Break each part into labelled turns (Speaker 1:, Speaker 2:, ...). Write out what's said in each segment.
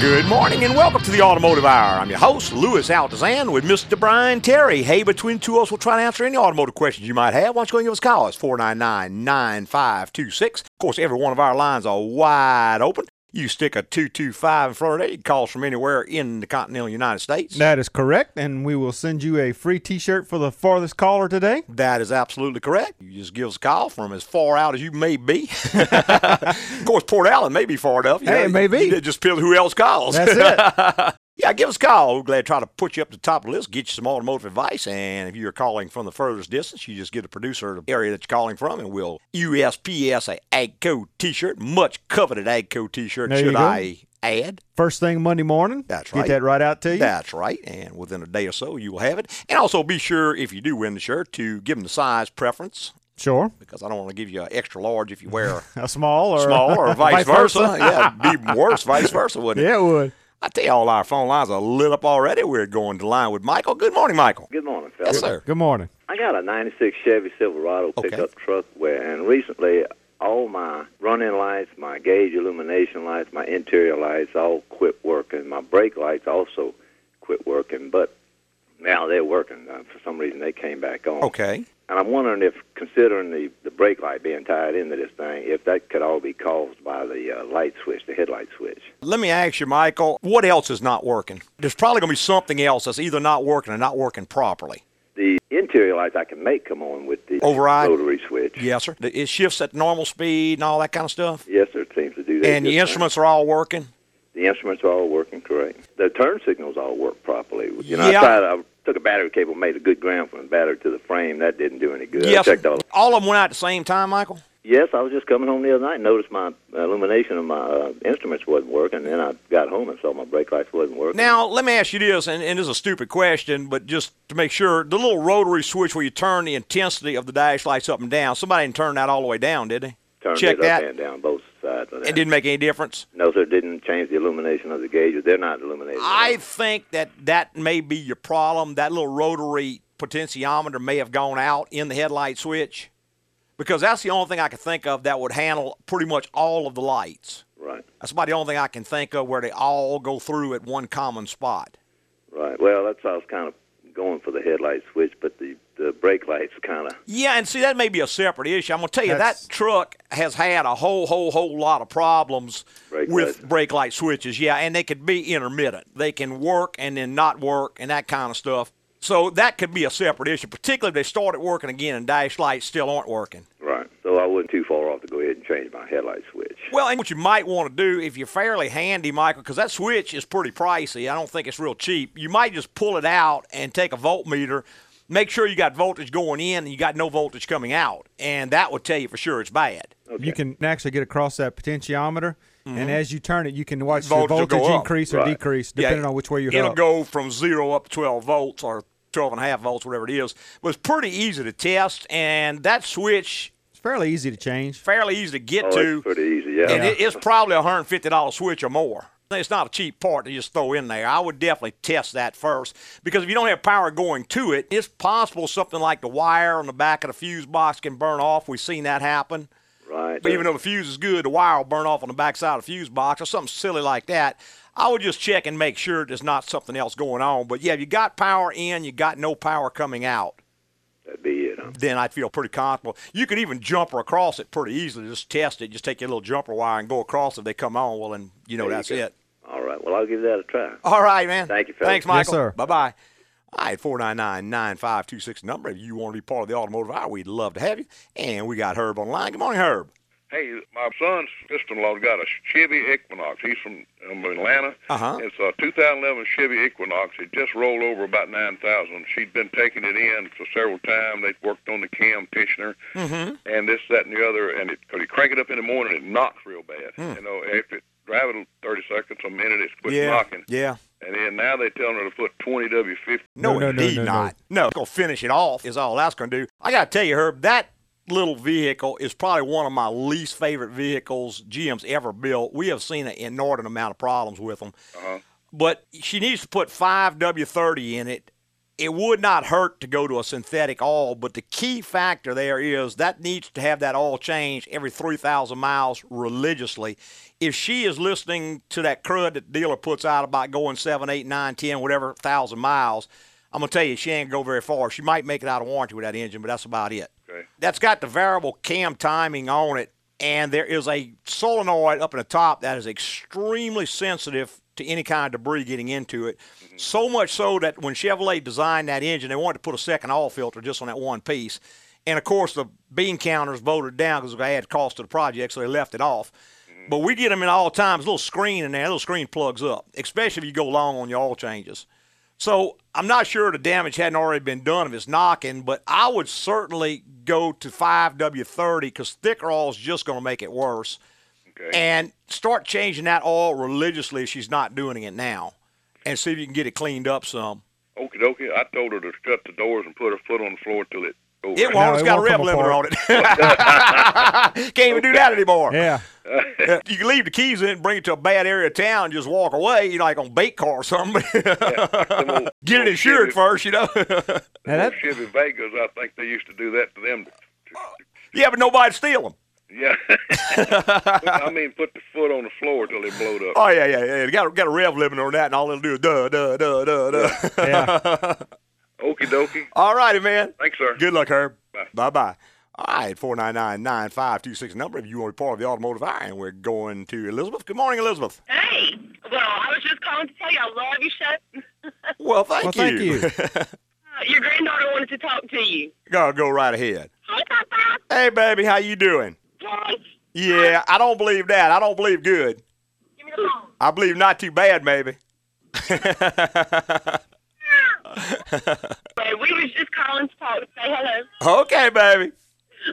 Speaker 1: Good morning and welcome to the Automotive Hour. I'm your host, Louis Altazan, with Mr. Brian Terry. Hey, between two of us, we'll try to answer any automotive questions you might have. Why don't you go and give us a call? It's 499 9526. Of course, every one of our lines are wide open. You stick a 225 in front of that, you can call us from anywhere in the continental United States.
Speaker 2: That is correct, and we will send you a free T-shirt for the farthest caller today.
Speaker 1: That is absolutely correct. You just give us a call from as far out as you may be. of course, Port Allen may be far enough. You
Speaker 2: Hey, it may be.
Speaker 1: It just depends who else calls.
Speaker 2: That's it.
Speaker 1: Yeah, give us a call. We're glad to try to put you up to the top of the list, get you some automotive advice. And if you're calling from the furthest distance, you just get a producer of the area that you're calling from, and we'll USPS a AGCO t shirt, much coveted AGCO t shirt,
Speaker 2: There you
Speaker 1: should
Speaker 2: go.
Speaker 1: I add.
Speaker 2: First thing Monday morning.
Speaker 1: That's
Speaker 2: Get
Speaker 1: right.
Speaker 2: that right out to you.
Speaker 1: That's right. And within a day or so, you will have it. And also be sure, if you do win the shirt, to give them the size preference
Speaker 2: Sure.
Speaker 1: because I don't want to give you an extra large if you wear
Speaker 2: A small or
Speaker 1: a small or vice, versa. yeah, it'd be worse, vice versa, wouldn't it?
Speaker 2: Yeah, it would.
Speaker 1: I tell you, all our phone lines are lit up already. We're going to line with Michael. Good morning, Michael.
Speaker 3: Good morning, fellas.
Speaker 1: Yes, sir.
Speaker 2: Good morning.
Speaker 3: I got a 96 Chevy Silverado
Speaker 1: Okay.
Speaker 3: pickup truck where, and recently all my running lights, my gauge illumination lights, my interior lights all quit working. My brake lights also quit working, but now they're working. Uh, for some reason, they came back on.
Speaker 1: Okay.
Speaker 3: And I'm wondering if, considering the, the brake light being tied into this thing, if that could all be caused by the uh, light switch, the headlight switch.
Speaker 1: Let me ask you, Michael, what else is not working? There's probably going to be something else that's either not working or not working properly.
Speaker 3: The interior lights I can make come on with the
Speaker 1: Override?
Speaker 3: rotary switch.
Speaker 1: Yes, sir. It shifts at normal speed and all that kind of stuff.
Speaker 3: Yes, sir, it seems to do that.
Speaker 1: And the
Speaker 3: just fine.
Speaker 1: instruments are all working.
Speaker 3: The instruments are all working correct. The turn signals all work properly. You know,
Speaker 1: Yeah.
Speaker 3: I tried. I took a battery cable, made a good ground from the battery to the frame. That didn't do any good. I
Speaker 1: yes.
Speaker 3: checked all.
Speaker 1: All of them went out at the same time, Michael?
Speaker 3: Yes, I was just coming home the other night. and Noticed my illumination of my uh, instruments wasn't working. Then I got home and saw my brake lights wasn't working.
Speaker 1: Now, let me ask you this, and, and this is a stupid question, but just to make sure, the little rotary switch where you turn the intensity of the dash lights up and down, somebody didn't turn that all the way down, did they?
Speaker 3: turned
Speaker 1: check
Speaker 3: it
Speaker 1: that.
Speaker 3: up and down both sides. Of that.
Speaker 1: It didn't make any difference?
Speaker 3: No, sir, it didn't change the illumination of the gauges. They're not illuminated.
Speaker 1: I think that that may be your problem. That little rotary potentiometer may have gone out in the headlight switch because that's the only thing I can think of that would handle pretty much all of the lights.
Speaker 3: right,
Speaker 1: That's about the only thing I can think of where they all go through at one common spot.
Speaker 3: right. Well, that's why I was kind of going for the headlight switch, but the the brake lights kind of
Speaker 1: Yeah, and see, that may be a separate issue. I'm going to tell you,
Speaker 2: That's-
Speaker 1: that truck has had a whole, whole, whole lot of problems
Speaker 3: Brake
Speaker 1: with
Speaker 3: lights.
Speaker 1: brake light switches. Yeah, and they could be intermittent. They can work and then not work and that kind of stuff. So that could be a separate issue, particularly if they started working again and dash lights still aren't working.
Speaker 3: Right. So I wasn't too far off to go ahead and change my headlight switch.
Speaker 1: Well, and what you might want to do if you're fairly handy, Michael, because that switch is pretty pricey. I don't think it's real cheap. You might just pull it out and take a voltmeter, make sure you got voltage going in and you got no voltage coming out, and that would tell you for sure it's bad.
Speaker 2: You can actually get across that potentiometer, and as you turn it, you can watch
Speaker 1: Mm-hmm. Voltage will
Speaker 2: your
Speaker 1: go
Speaker 2: voltage
Speaker 1: up.
Speaker 2: increase or
Speaker 3: Right.
Speaker 2: decrease
Speaker 1: Yeah,
Speaker 2: depending on which way you're
Speaker 1: It'll
Speaker 2: up.
Speaker 1: go from zero up to 12 volts or 12 and a half volts, whatever it is. But it's pretty easy to test, and that switch
Speaker 2: It's fairly easy to change.
Speaker 1: fairly easy to get
Speaker 3: Oh,
Speaker 1: to.
Speaker 3: it's pretty easy. Yeah.
Speaker 1: And it, it's probably a hundred fifty dollar switch or more. It's not a cheap part to just throw in there. I would definitely test that first because if you don't have power going to it, it's possible something like the wire on the back of the fuse box can burn off. We've seen that happen.
Speaker 3: right.
Speaker 1: But even though the fuse is good, the wire will burn off on the backside of the fuse box or something silly like that. I would just check and make sure there's not something else going on. But yeah, if you got power in, you got no power coming out,
Speaker 3: that'd be it. Huh?
Speaker 1: then I'd feel pretty comfortable. You could even jumper across it pretty easily. Just test it. Just take your little jumper wire and go across. If they come on, well, then you know
Speaker 3: There you
Speaker 1: that's
Speaker 3: go.
Speaker 1: it.
Speaker 3: All right. Well, I'll give that a try.
Speaker 1: All right, man.
Speaker 3: Thank you, fellas.
Speaker 1: Thanks,
Speaker 3: Yes,
Speaker 1: Michael.
Speaker 2: sir.
Speaker 1: Bye bye. All right, 499 9526 number. If you want to be part of the automotive hour, we'd love to have you. And we got Herb on the line. Good morning, Herb.
Speaker 4: Hey, my son's sister-in-law's got a Chevy Equinox. He's from um, Atlanta.
Speaker 1: Uh-huh.
Speaker 4: It's a 2011 Chevy Equinox. It just rolled over about 9,000. She'd been taking it in for several times. They'd worked on the cam, pitching her,
Speaker 1: Mm-hmm.
Speaker 4: and this, that, and the other. And it, cause you crank it up in the morning, it knocks real bad. You know, if it drive it 30 seconds, a minute, it quits
Speaker 1: Hmm. Yeah.
Speaker 4: knocking.
Speaker 1: Yeah.
Speaker 4: And then now they're telling her to put 20 W50.
Speaker 2: No,
Speaker 1: No,
Speaker 2: no, no,
Speaker 1: indeed
Speaker 2: no, no.
Speaker 1: not. No. it's gonna finish it off is all that's gonna do. I gotta tell you, Herb, that little vehicle is probably one of my least favorite vehicles GM's ever built. We have seen an
Speaker 3: Oh,
Speaker 1: inordinate amount of problems with them.
Speaker 4: Uh-huh.
Speaker 1: But she needs to put five W thirty in it it would not hurt to go to a synthetic oil, but the key factor there is that needs to have that oil change every 3,000 miles religiously. If she is listening to that crud that the dealer puts out about going 7, 8, 9, 10, whatever, 1,000 miles, I'm going to tell you, she ain't going to go very far. She might make it out of warranty with that engine, but that's about it.
Speaker 4: Okay.
Speaker 1: That's got the variable cam timing on it, and there is a solenoid up in the top that is extremely sensitive to any kind of debris getting into it. So much so that when Chevrolet designed that engine, they wanted to put a second oil filter just on that one piece. And of course, the bean counters voted down because they had cost to the project, so they left it off. But we get them in all times, little screen in there, little screen plugs up, especially if you go long on your oil changes. So I'm not sure the damage hadn't already been done if it's knocking, but I would certainly go to 5W30 because thicker oil is just going to make it worse.
Speaker 4: Okay.
Speaker 1: And start changing that oil religiously if she's not doing it now and see if you can get it cleaned up some.
Speaker 4: Okie dokie. I told her to shut the doors and put her foot on the floor till it. Over.
Speaker 1: It
Speaker 2: No,
Speaker 1: won't. it's
Speaker 2: it
Speaker 1: got
Speaker 2: won't
Speaker 1: a rev
Speaker 2: come
Speaker 1: limiter on
Speaker 2: apart.
Speaker 1: it. Can't even do that anymore.
Speaker 2: Yeah.
Speaker 1: Uh, You can leave the keys in it and bring it to a bad area of town, just walk away, you know, like on bait car or something.
Speaker 4: Them old-
Speaker 1: Get it
Speaker 4: old
Speaker 1: insured
Speaker 4: Chevy,
Speaker 1: first, you know.
Speaker 2: Now that,
Speaker 4: Chevy Vegas. I think they used to do that to them.
Speaker 1: yeah, but nobody'd steal them.
Speaker 4: Yeah. I mean, put the foot on the floor till it blowed up.
Speaker 1: Oh yeah, yeah, yeah. Got a, got a rev limit on that, and all it'll do is duh, duh, duh, duh, duh.
Speaker 2: yeah.
Speaker 4: Okie dokie.
Speaker 1: all righty, man.
Speaker 4: Thanks, sir.
Speaker 1: Good luck, Herb.
Speaker 4: Bye.
Speaker 1: Bye, bye. All right, four nine nine nine five two six number. If you want to be part of the automotive iron, we're going to Elizabeth. Good morning, Elizabeth.
Speaker 5: Hey, well, I was just calling to tell you I love you, Shep.
Speaker 1: Well, thank
Speaker 2: Well, thank
Speaker 1: you.
Speaker 2: you.
Speaker 5: Uh, Your granddaughter wanted to talk to you.
Speaker 1: go go right ahead.
Speaker 5: Hi, Papa.
Speaker 1: Hey, baby, how you doing?
Speaker 5: Yes.
Speaker 1: Yeah, I don't believe that. I don't believe good.
Speaker 5: Give me the phone.
Speaker 1: I believe not too bad, maybe.
Speaker 5: Well, we was just calling to talk to say hello.
Speaker 1: Okay, baby.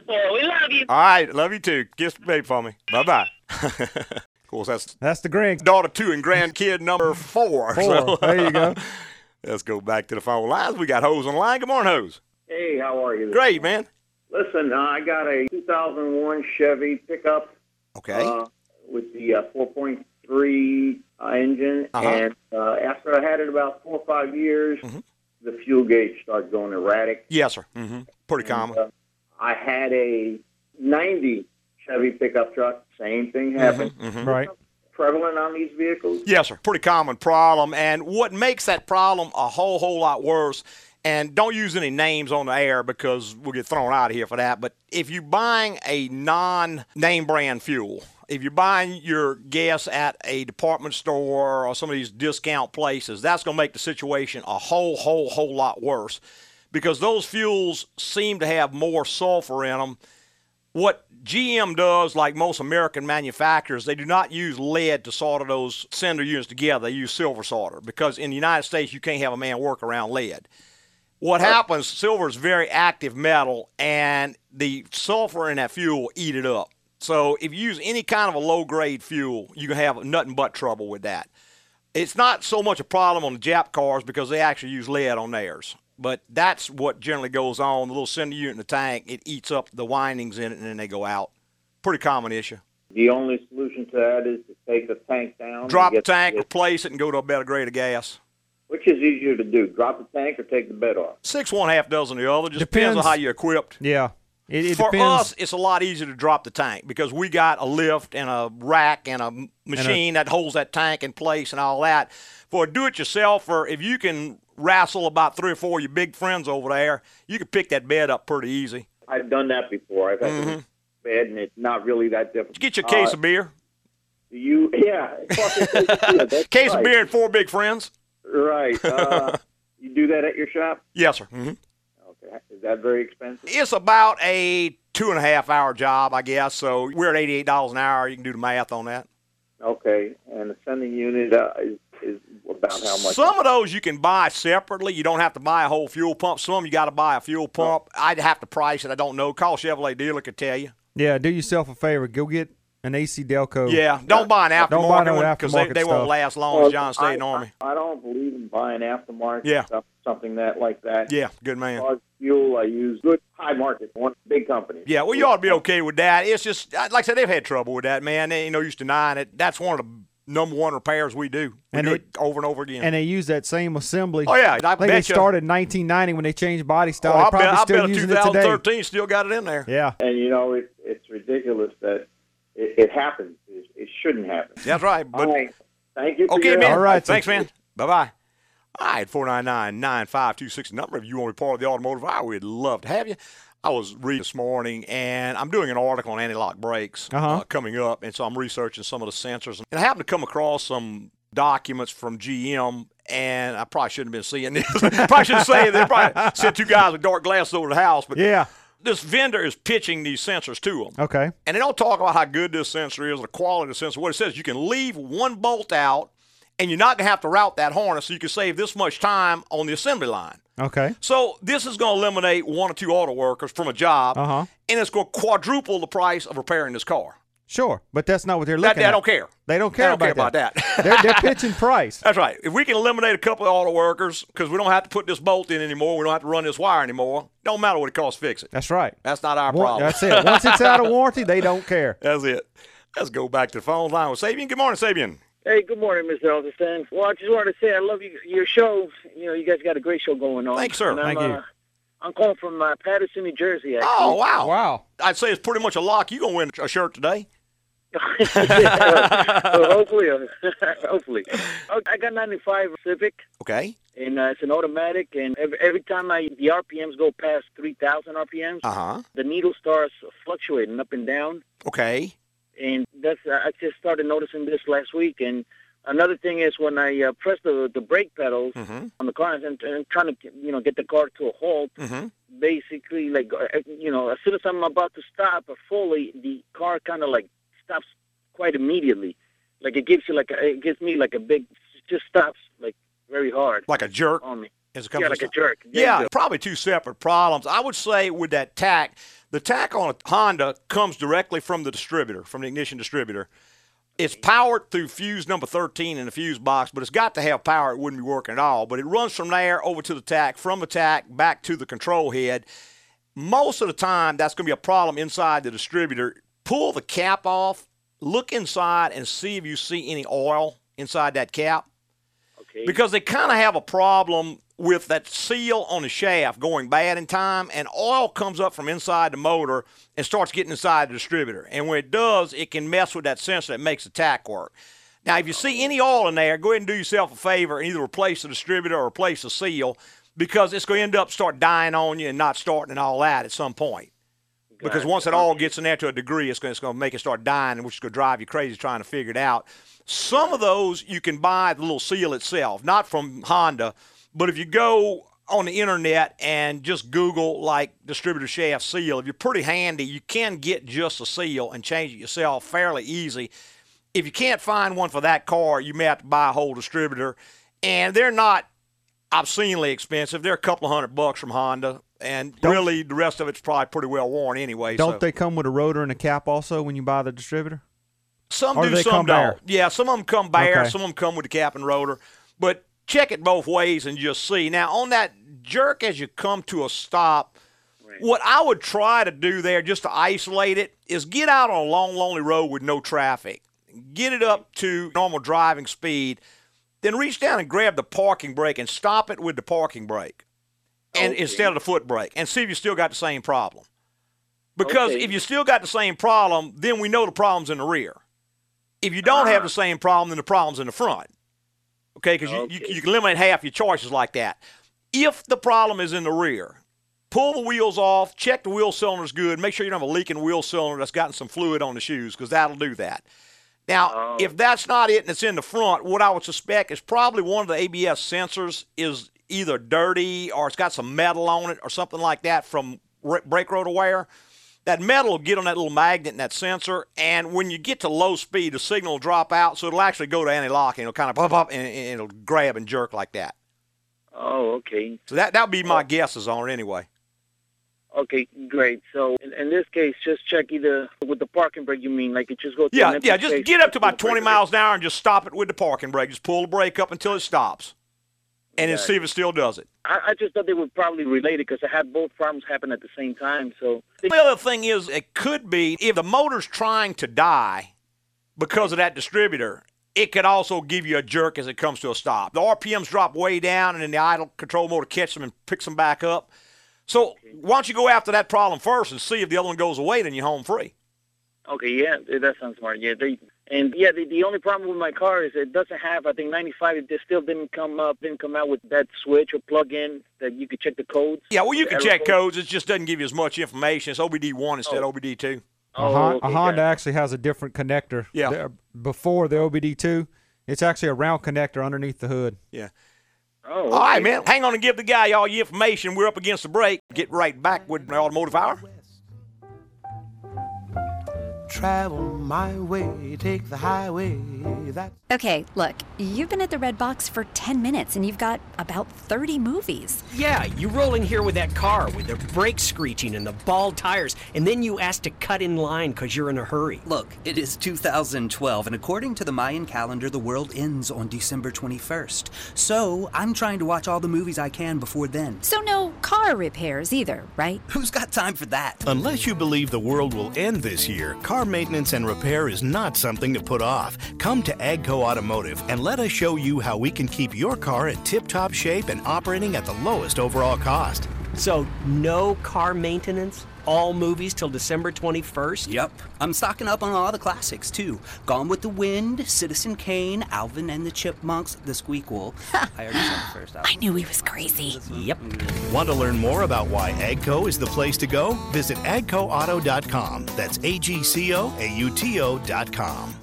Speaker 5: Well, we love you.
Speaker 1: All right, love you too. Kiss the baby for me. Bye bye. of course, that's
Speaker 2: That's the Greg.
Speaker 1: daughter two and grandkid number four.
Speaker 2: Four.
Speaker 1: So
Speaker 2: There you go.
Speaker 1: let's go back to the phone lines. We got Hose on the line. Good morning, Hose.
Speaker 6: Hey, how are you?
Speaker 1: Great, man.
Speaker 6: Listen, uh, I got a 2001 Chevy pickup
Speaker 1: Okay.
Speaker 6: uh, with the uh, 4.3 uh, engine,
Speaker 1: Uh-huh.
Speaker 6: and uh, after I had it about four or five years,
Speaker 1: Mhm.
Speaker 6: the fuel gauge started going erratic.
Speaker 1: yes, sir. hmm Pretty common.
Speaker 6: And, uh, I had a 90 Chevy pickup truck. Same thing happened.
Speaker 1: Mhm.
Speaker 2: Right.
Speaker 6: Prevalent on these vehicles.
Speaker 1: Yes, sir. Pretty common problem. And what makes that problem a whole, whole lot worse, and don't use any names on the air because we'll get thrown out of here for that. But if you're buying a non name brand fuel, if you're buying your gas at a department store or some of these discount places, that's going to make the situation a whole, whole, whole lot worse because those fuels seem to have more sulfur in them what GM does, like most American manufacturers, they do not use lead to solder those cinder units together. They use silver solder because in the United States, you can't have a man work around lead. What happens, silver is very active metal, and the sulfur in that fuel will eat it up. So if you use any kind of a low grade fuel, you can have nothing but trouble with that it's not so much a problem on the Jap cars because they actually use lead on theirs. But that's what generally goes on. The little cinder unit in the tank, it eats up the windings in it, and then they go out. Pretty common issue.
Speaker 6: The only solution to that is to take the tank down. and
Speaker 1: Drop the
Speaker 6: get-
Speaker 1: tank, replace it, and go to a better grade of gas.
Speaker 6: Which is easier to do, drop the tank or take the bed off?
Speaker 1: Six, one half dozen the other. Just depends, on
Speaker 2: Depends.
Speaker 1: how you're equipped.
Speaker 2: Yeah. It, it
Speaker 1: For
Speaker 2: depends.
Speaker 1: us, it's a lot easier to drop the tank because we got a lift and a rack and a m- machine that holds that tank in place and all that. For a do-it-yourselfer, if you can wrestle about three or four of your big friends over there, you can pick that bed up pretty easy.
Speaker 6: I've done that before. I've had to bed, and it's not really that difficult.
Speaker 1: Mm-hmm. Get you a case
Speaker 6: Uh,
Speaker 1: of beer,
Speaker 6: you, yeah, fucking case of beer. That's
Speaker 1: case
Speaker 6: right.
Speaker 1: of beer, and four big friends.
Speaker 6: Right. Uh, you do that at your shop?
Speaker 1: Yes, sir. hmm
Speaker 6: Okay. Is that very expensive?
Speaker 1: It's about a two and a half hour job, I guess. So we're at eighty-eight dollars an hour. You can do the math on that.
Speaker 6: Okay. And the sending unit uh, is, is about how much?
Speaker 1: Some of those you can buy separately. You don't have to buy a whole fuel pump. Some you got to buy a fuel pump. I'd have to price it. I don't know. Call Chevrolet dealer could tell you.
Speaker 2: yeah. Do yourself a favor. Go get an AC Delco.
Speaker 1: Yeah, don't buy an
Speaker 2: Don't buy no
Speaker 1: aftermarket one because they,
Speaker 2: aftermarket
Speaker 1: they won't
Speaker 2: stuff.
Speaker 1: last long
Speaker 6: Well,
Speaker 1: as John State and
Speaker 6: I,
Speaker 1: Army.
Speaker 6: I, I don't believe in buying aftermarket
Speaker 1: Yeah.
Speaker 6: stuff, something that like that.
Speaker 1: Yeah, good man.
Speaker 6: As fuel, I use good high market, one big company.
Speaker 1: Yeah, well, you ought to be okay with that. It's just, like I said, they've had trouble with that, man. They ain't no use denying it. That's one of the number one repairs we do. We
Speaker 2: And
Speaker 1: do
Speaker 2: it-
Speaker 1: it over and over again.
Speaker 2: and they use that same assembly.
Speaker 1: Oh, yeah, I
Speaker 2: I think they
Speaker 1: betcha.
Speaker 2: started in 1990 when they changed body
Speaker 1: oh,
Speaker 2: style.
Speaker 1: I
Speaker 2: They're probably
Speaker 1: bet, I
Speaker 2: still
Speaker 1: bet a
Speaker 2: using it today.
Speaker 1: 2013 still got it in there.
Speaker 2: Yeah,
Speaker 6: And you know, it, it's ridiculous that it, it happens. It, it shouldn't happen.
Speaker 1: That's right. But
Speaker 6: All right. Thank you. For
Speaker 1: Okay,
Speaker 6: your
Speaker 1: man.
Speaker 6: help.
Speaker 2: All right,
Speaker 1: Thanks, man. Bye bye. All right, 499 9526 number. If you want to be part of the automotive hour, we'd love to have you. I was reading this morning, and I'm doing an article on anti lock brakes uh,
Speaker 2: Uh-huh.
Speaker 1: coming up, and so I'm researching some of the sensors. And I happened to come across some documents from GM, and I probably shouldn't have been seeing this. probably should say they probably sent two guys with dark glasses over to the house, but
Speaker 2: yeah.
Speaker 1: this vendor is pitching these sensors to them.
Speaker 2: Okay.
Speaker 1: And they don't talk about how good this sensor is or the quality of the sensor. What it says, you can leave one bolt out and you're not going to have to route that harness, so you can save this much time on the assembly line.
Speaker 2: Okay.
Speaker 1: So this is going to eliminate one or two auto workers from a job,
Speaker 2: Uh-huh.
Speaker 1: and it's going to quadruple the price of repairing this car.
Speaker 2: Sure, but that's not what they're
Speaker 1: That,
Speaker 2: looking
Speaker 1: they
Speaker 2: at.
Speaker 1: don't care.
Speaker 2: They don't care
Speaker 1: don't care
Speaker 2: about
Speaker 1: about that.
Speaker 2: they're, they're pitching price.
Speaker 1: That's right. If we can eliminate a couple of auto workers because we don't have to put this bolt in anymore, we don't have to run this wire anymore. Don't matter what it costs, to fix it.
Speaker 2: That's right.
Speaker 1: That's not our
Speaker 2: Wa-
Speaker 1: problem.
Speaker 2: That's it. Once it's out of warranty, they don't care.
Speaker 1: That's it. Let's go back to the phone line with Sabian. Good morning, Sabian.
Speaker 7: Hey, good morning, Mr. Elderson. Well, I just wanted to say I love you, your show. You know, you guys got a great show going on.
Speaker 1: Thanks, sir.
Speaker 7: And I'm,
Speaker 2: Thank you.
Speaker 7: Uh, I'm calling from uh, Patterson, New Jersey. Actually.
Speaker 1: Oh, wow.
Speaker 2: Wow.
Speaker 1: I'd say it's pretty much a lock. You're going to win a shirt today.
Speaker 7: Well, hopefully, uh, hopefully. Oh, I got 95 Civic,
Speaker 1: Okay.
Speaker 7: and uh, it's an automatic. And every, every time I the RPMs go past 3,000 RPMs,
Speaker 1: Uh huh.
Speaker 7: the needle starts fluctuating up and down.
Speaker 1: Okay.
Speaker 7: And that's I just started noticing this last week. And another thing is when I uh, press the the brake pedals.
Speaker 1: Mm
Speaker 7: on the car and, and trying to you know get the car to a halt.
Speaker 1: hmm. Mm
Speaker 7: Basically, like uh, you know, as soon as I'm about to stop uh, fully, the car kind of like stops quite immediately. Like it gives you like a, it gives me like a big just stops like very hard
Speaker 1: Like a jerk.
Speaker 7: on me.
Speaker 1: As it comes
Speaker 7: Yeah,
Speaker 1: to
Speaker 7: like a
Speaker 1: stop.
Speaker 7: jerk. There you
Speaker 1: Yeah,
Speaker 7: go.
Speaker 1: probably two separate problems. I would say with that tack, the tack on a Honda comes directly from the distributor, from the ignition distributor. It's powered through fuse number 13 in the fuse box, but it's got to have power. It wouldn't be working at all. But it runs from there over to the tack, from the tack back to the control head. Most of the time, that's going to be a problem inside the distributor. Pull the cap off, look inside, and see if you see any oil inside that cap
Speaker 7: Okay.
Speaker 1: because they kind of have a problem with that seal on the shaft going bad in time, and oil comes up from inside the motor and starts getting inside the distributor. And when it does, it can mess with that sensor that makes the tack work. Now, if you see any oil in there, go ahead and do yourself a favor and either replace the distributor or replace the seal because it's going to end up start dying on you and not starting and all that at some point. Because
Speaker 7: Gotcha.
Speaker 1: once it all gets in there to a degree, it's going, it's going to make it start dying, which is going to drive you crazy trying to figure it out. Some of those you can buy the little seal itself, not from Honda, but if you go on the internet and just Google like distributor shaft seal, if you're pretty handy, you can get just a seal and change it yourself fairly easy. If you can't find one for that car, you may have to buy a whole distributor, and they're not obscenely expensive. They're a couple of hundred bucks from Honda, and really the rest of it's probably pretty well worn anyway.
Speaker 2: Don't
Speaker 1: so.
Speaker 2: they come with a rotor and a cap also when you buy the distributor?
Speaker 1: Some
Speaker 2: Or
Speaker 1: do,
Speaker 2: do they
Speaker 1: some
Speaker 2: come
Speaker 1: don't.
Speaker 2: bare?
Speaker 1: Yeah, some of them come bare,
Speaker 2: Okay.
Speaker 1: some of them come with the cap and rotor. But check it both ways and just see. Now, on that jerk as you come to a stop, what I would try to do there just to isolate it is get out on a long, lonely road with no traffic, get it up to normal driving speed, then reach down and grab the parking brake and stop it with the parking brake and instead of the foot brake and see if you still got the same problem. Because
Speaker 7: Okay.
Speaker 1: if you still got the same problem, then we know the problem's in the rear. If you don't
Speaker 7: Ah.
Speaker 1: have the same problem, then the problem's in the front. Okay, because you,
Speaker 7: Okay.
Speaker 1: you, you can eliminate half your choices like that. If the problem is in the rear, pull the wheels off, check the wheel cylinder's good, make sure you don't have a leaking wheel cylinder that's gotten some fluid on the shoes, because that'll do that.
Speaker 7: Oh.
Speaker 1: Now, if that's not it and it's in the front, what I would suspect is probably one of the ABS sensors is either dirty or it's got some metal on it or something like that from r- brake rotor wear. That metal will get on that little magnet in that sensor, and when you get to low speed, the signal will drop out, so it'll actually go to anti-lock and it'll kind of pop up and, and it'll grab and jerk like that.
Speaker 7: Oh, okay.
Speaker 1: So that that would be my guesses on it anyway.
Speaker 7: Okay, great. So in, in this case, just check either with the parking brake. You mean like it just go? to
Speaker 1: Yeah,
Speaker 7: an empty
Speaker 1: yeah. Just
Speaker 7: space,
Speaker 1: get up to
Speaker 7: with
Speaker 1: about
Speaker 7: the brake
Speaker 1: 20 miles an hour and just stop it with the parking brake. Just pull the brake up until it stops, and then
Speaker 7: Got
Speaker 1: see if it still does it.
Speaker 7: brake. I, I just thought they were probably related because I had both problems happen at the same time. So
Speaker 1: The other thing is, it could be if the motor's trying to die because of that distributor, It could also give you a jerk as it comes to a stop. The RPMs drop way down, and then the idle control motor catches them and picks them back up. So why don't you go after that problem first and see if the other one goes away, then you're home free.
Speaker 7: Okay, yeah, th- that sounds smart. Yeah, they and yeah, the, the only problem with my car is it doesn't have. I think '95 they still didn't come up, didn't come out with that switch or plug-in that you could check the codes.
Speaker 1: Yeah, well, you can
Speaker 7: Error
Speaker 1: check codes.
Speaker 7: codes.
Speaker 1: It just doesn't give you as much information. It's OBD1 instead of OBD2.
Speaker 2: A,
Speaker 1: Oh,
Speaker 2: Hon-
Speaker 7: okay,
Speaker 2: a
Speaker 7: got
Speaker 2: Honda
Speaker 7: it.
Speaker 2: actually has a different connector.
Speaker 1: Yeah.
Speaker 2: there- before the OBD2, it's actually a round connector underneath the hood.
Speaker 1: Yeah.
Speaker 7: Oh,
Speaker 1: All right,
Speaker 7: okay.
Speaker 1: man. Hang on and give the guy all your information. We're up against the break. Get right back with the Automotive Hour.
Speaker 8: Travel my way, take the highway. That's
Speaker 9: Okay, look, you've been at the Red Box for 10 minutes and you've got about 30 movies.
Speaker 10: Yeah, you roll in here with that car with the brakes screeching and the bald tires, and then you ask to cut in line because you're in a hurry.
Speaker 11: Look, it is 2012, and according to the Mayan calendar, the world ends on December 21st. So I'm trying to watch all the movies I can before then.
Speaker 9: So, no car repairs either, right?
Speaker 11: Who's got time for that?
Speaker 12: Unless you believe the world will end this year, car maintenance and repair is not something to put off. Come to Agco Automotive and let us show you how we can keep your car in tip top shape and operating at the lowest overall cost.
Speaker 10: So, no car maintenance? All movies till December 21st?
Speaker 11: Yep. I'm stocking up on all the classics, too. Gone with the Wind, Citizen Kane, Alvin and the Chipmunks, The Squeakquel. I already said the first
Speaker 9: I knew he was crazy.
Speaker 10: Yep.
Speaker 12: Want to learn more about why Agco is the place to go? Visit agcoauto.com. That's A G C O A U T O.com.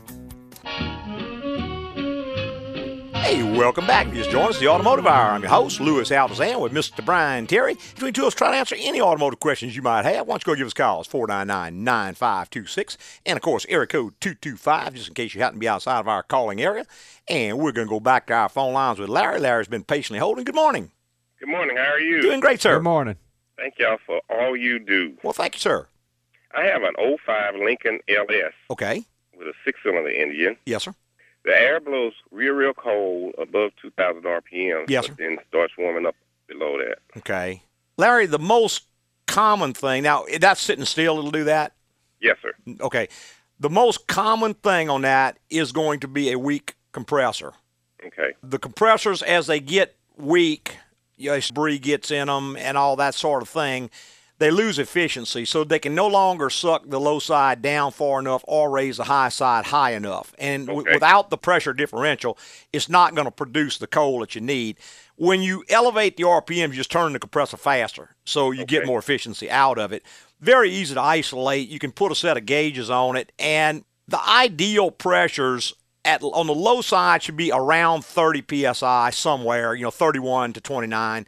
Speaker 1: Hey, welcome back. If you just joined us, the Automotive Hour. I'm your host, Louis Alvazan, with Mr. Brian Terry. Between two of us, try to answer any automotive questions you might have. Why don't you go give us a call? It's 499-9526. And, of course, area code 225, just in case you happen to be outside of our calling area. And we're going to go back to our phone lines with Larry. Larry's been patiently holding. Good morning.
Speaker 4: Good morning. How are you?
Speaker 1: Doing great, sir.
Speaker 2: Good morning.
Speaker 4: Thank y'all for all you do.
Speaker 1: Well, thank you, sir.
Speaker 4: I have an 05 Lincoln LS
Speaker 1: Okay.
Speaker 4: with a six-cylinder engine.
Speaker 1: Yes, sir.
Speaker 4: The air blows real, real cold above 2,000 RPM.
Speaker 1: Yes,
Speaker 4: but then starts warming up below that.
Speaker 1: Okay. Larry, the most common thing, now, that's sitting still. It'll do that.
Speaker 4: Yes, sir.
Speaker 1: Okay. The most common thing on that is going to be a weak compressor.
Speaker 4: Okay.
Speaker 1: The compressors, as they get weak, you know, debris gets in them and all that sort of thing, they lose efficiency. So they can no longer suck the low side down far enough or raise the high side high enough. And w-
Speaker 4: Okay.
Speaker 1: without the pressure differential, it's not going to produce the coal that you need. When you elevate the RPMs, you just turn the compressor faster. So you get
Speaker 4: Okay.
Speaker 1: more efficiency out of it. Very easy to isolate. You can put a set of gauges on it, and the ideal pressures at on the low side should be around 30 psi somewhere, you know, 31 to 29.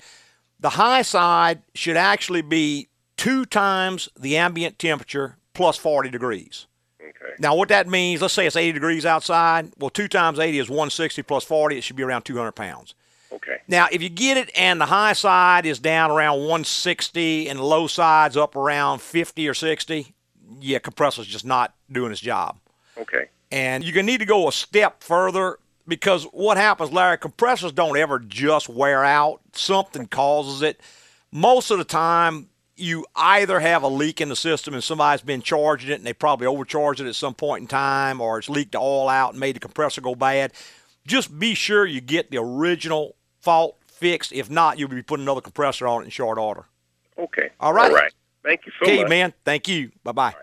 Speaker 1: The high side should actually be two times the ambient temperature plus 40 degrees.
Speaker 4: Okay.
Speaker 1: Now, what that means, let's say it's 80 degrees outside. Well, two times 80 is 160 plus 40. It should be around 200 pounds.
Speaker 4: Okay.
Speaker 1: Now, if you get it and the high side is down around 160 and the low side's up around 50 or 60, yeah, compressor's just not doing its job.
Speaker 4: Okay.
Speaker 1: And you're going to need to go a step further because what happens, Larry, compressors don't ever just wear out. Something causes it. Most of the time, you either have a leak in the system and somebody's been charging it and they probably overcharged it at some point in time, or it's leaked all out and made the compressor go bad. Just be sure you get the original fault fixed. If not, you'll be putting another compressor on it in short order.
Speaker 4: Okay.
Speaker 1: All right.
Speaker 4: All right. Thank you so
Speaker 1: Okay,
Speaker 4: much.
Speaker 1: man. Thank you. Bye bye.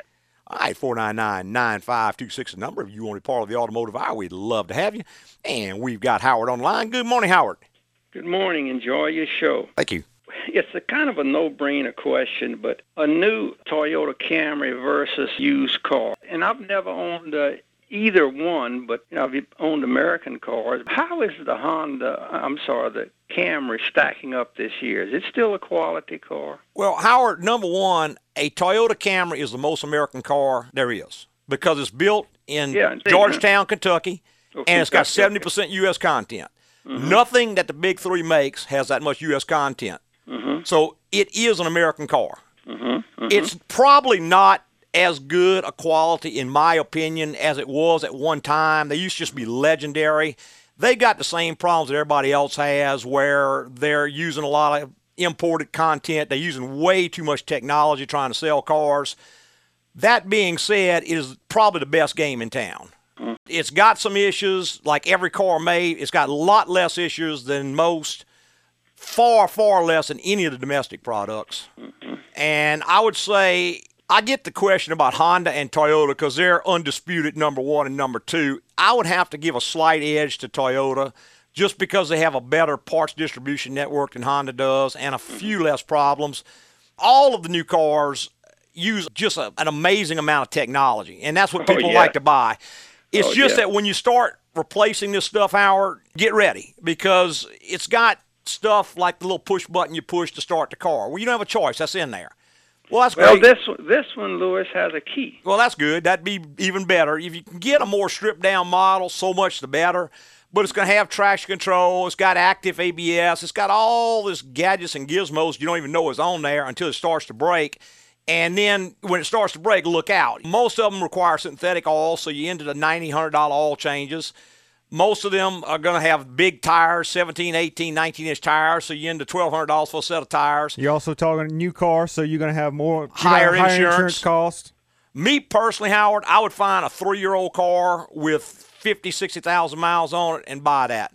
Speaker 1: All right, 499 9526 the number. If you want to be part of the automotive hour, we'd love to have you. And we've got Howard online. Good morning, Howard.
Speaker 13: Good morning. Enjoy your show.
Speaker 1: Thank you.
Speaker 13: It's a kind of a no-brainer question, but a new Toyota Camry versus used car. And I've never owned uh, either one, but you know, I've owned American cars. How is the Honda, I'm sorry, the Camry stacking up this year? Is it still a quality car?
Speaker 1: Well, Howard, number one, a Toyota Camry is the most American car there is because it's built in
Speaker 13: Yeah, I see.
Speaker 1: Georgetown, Kentucky,
Speaker 13: Okay,
Speaker 1: and it's got
Speaker 13: gotcha.
Speaker 1: 70% U.S. content. Nothing that the big three makes has that much U.S. content. So it is an American car. Mm-hmm. It's probably not as good a quality, in my opinion, as it was at one time. They used to just be legendary. They got the same problems that everybody else has, where they're using a lot of imported content. They're using way too much technology trying to sell cars. That being said, it is probably the best game in town.
Speaker 13: Mm.
Speaker 1: It's got some issues, like every car made. It's got a lot less issues than most, far, far less than any of the domestic products. And I would say I get the question about Honda and Toyota because they're undisputed number one and number two. I would have to give a slight edge to Toyota just because they have a better parts distribution network than Honda does and a few less problems. All of the new cars use just a, an amazing amount of technology, and that's what
Speaker 14: Oh,
Speaker 1: people
Speaker 14: yeah.
Speaker 1: like to buy. It's
Speaker 14: Oh,
Speaker 1: just
Speaker 14: yeah.
Speaker 1: that when you start replacing this stuff, Howard, get ready because it's got stuff like the little push button you push to start the car. Well, you don't have a choice. That's in there. Well, that's
Speaker 13: Well,
Speaker 1: great.
Speaker 13: this this one, Lewis, has a key.
Speaker 1: Well, that's good. That'd be even better. If you can get a more stripped down model, so much the better. But it's going to have traction control. It's got active ABS. It's got all this gadgets and gizmos you don't even know is on there until it starts to break. And then when it starts to break, look out. Most of them require synthetic oil, so you end at a $90, $100 oil changes. Most of them are going to have big tires, 17, 18, 19 inch tires, so you end at $1,200 for a set of tires.
Speaker 2: You're also talking new car, so you're going to have more you gotta
Speaker 1: Higher
Speaker 2: have higher insurance,
Speaker 1: insurance.
Speaker 2: cost.
Speaker 1: Me personally, Howard, I would find a three-year-old car with 50, 60,000 miles on it and buy that.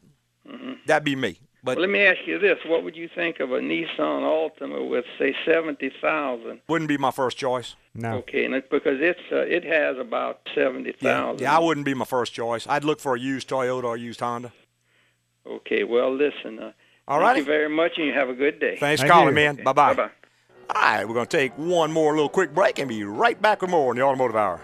Speaker 1: That'd be me. But
Speaker 13: Mm-hmm. Let me ask you this: What would you think of a Nissan Altima with, say, seventy thousand?
Speaker 1: wouldn't be my first choice. No.
Speaker 13: Okay, and it, because it's uh, it has about seventy
Speaker 1: Yeah,
Speaker 13: thousand.
Speaker 1: yeah, I wouldn't be my first choice. I'd look for a used Toyota or a used Honda.
Speaker 13: Okay, well, listen. Uh,
Speaker 1: All
Speaker 13: thank
Speaker 1: righty.
Speaker 13: you very much, and you have a good day.
Speaker 1: Thanks for calling, man. Bye-bye. Bye-bye. All right, we're going to take one more little quick break and be right back with more on the Automotive Hour.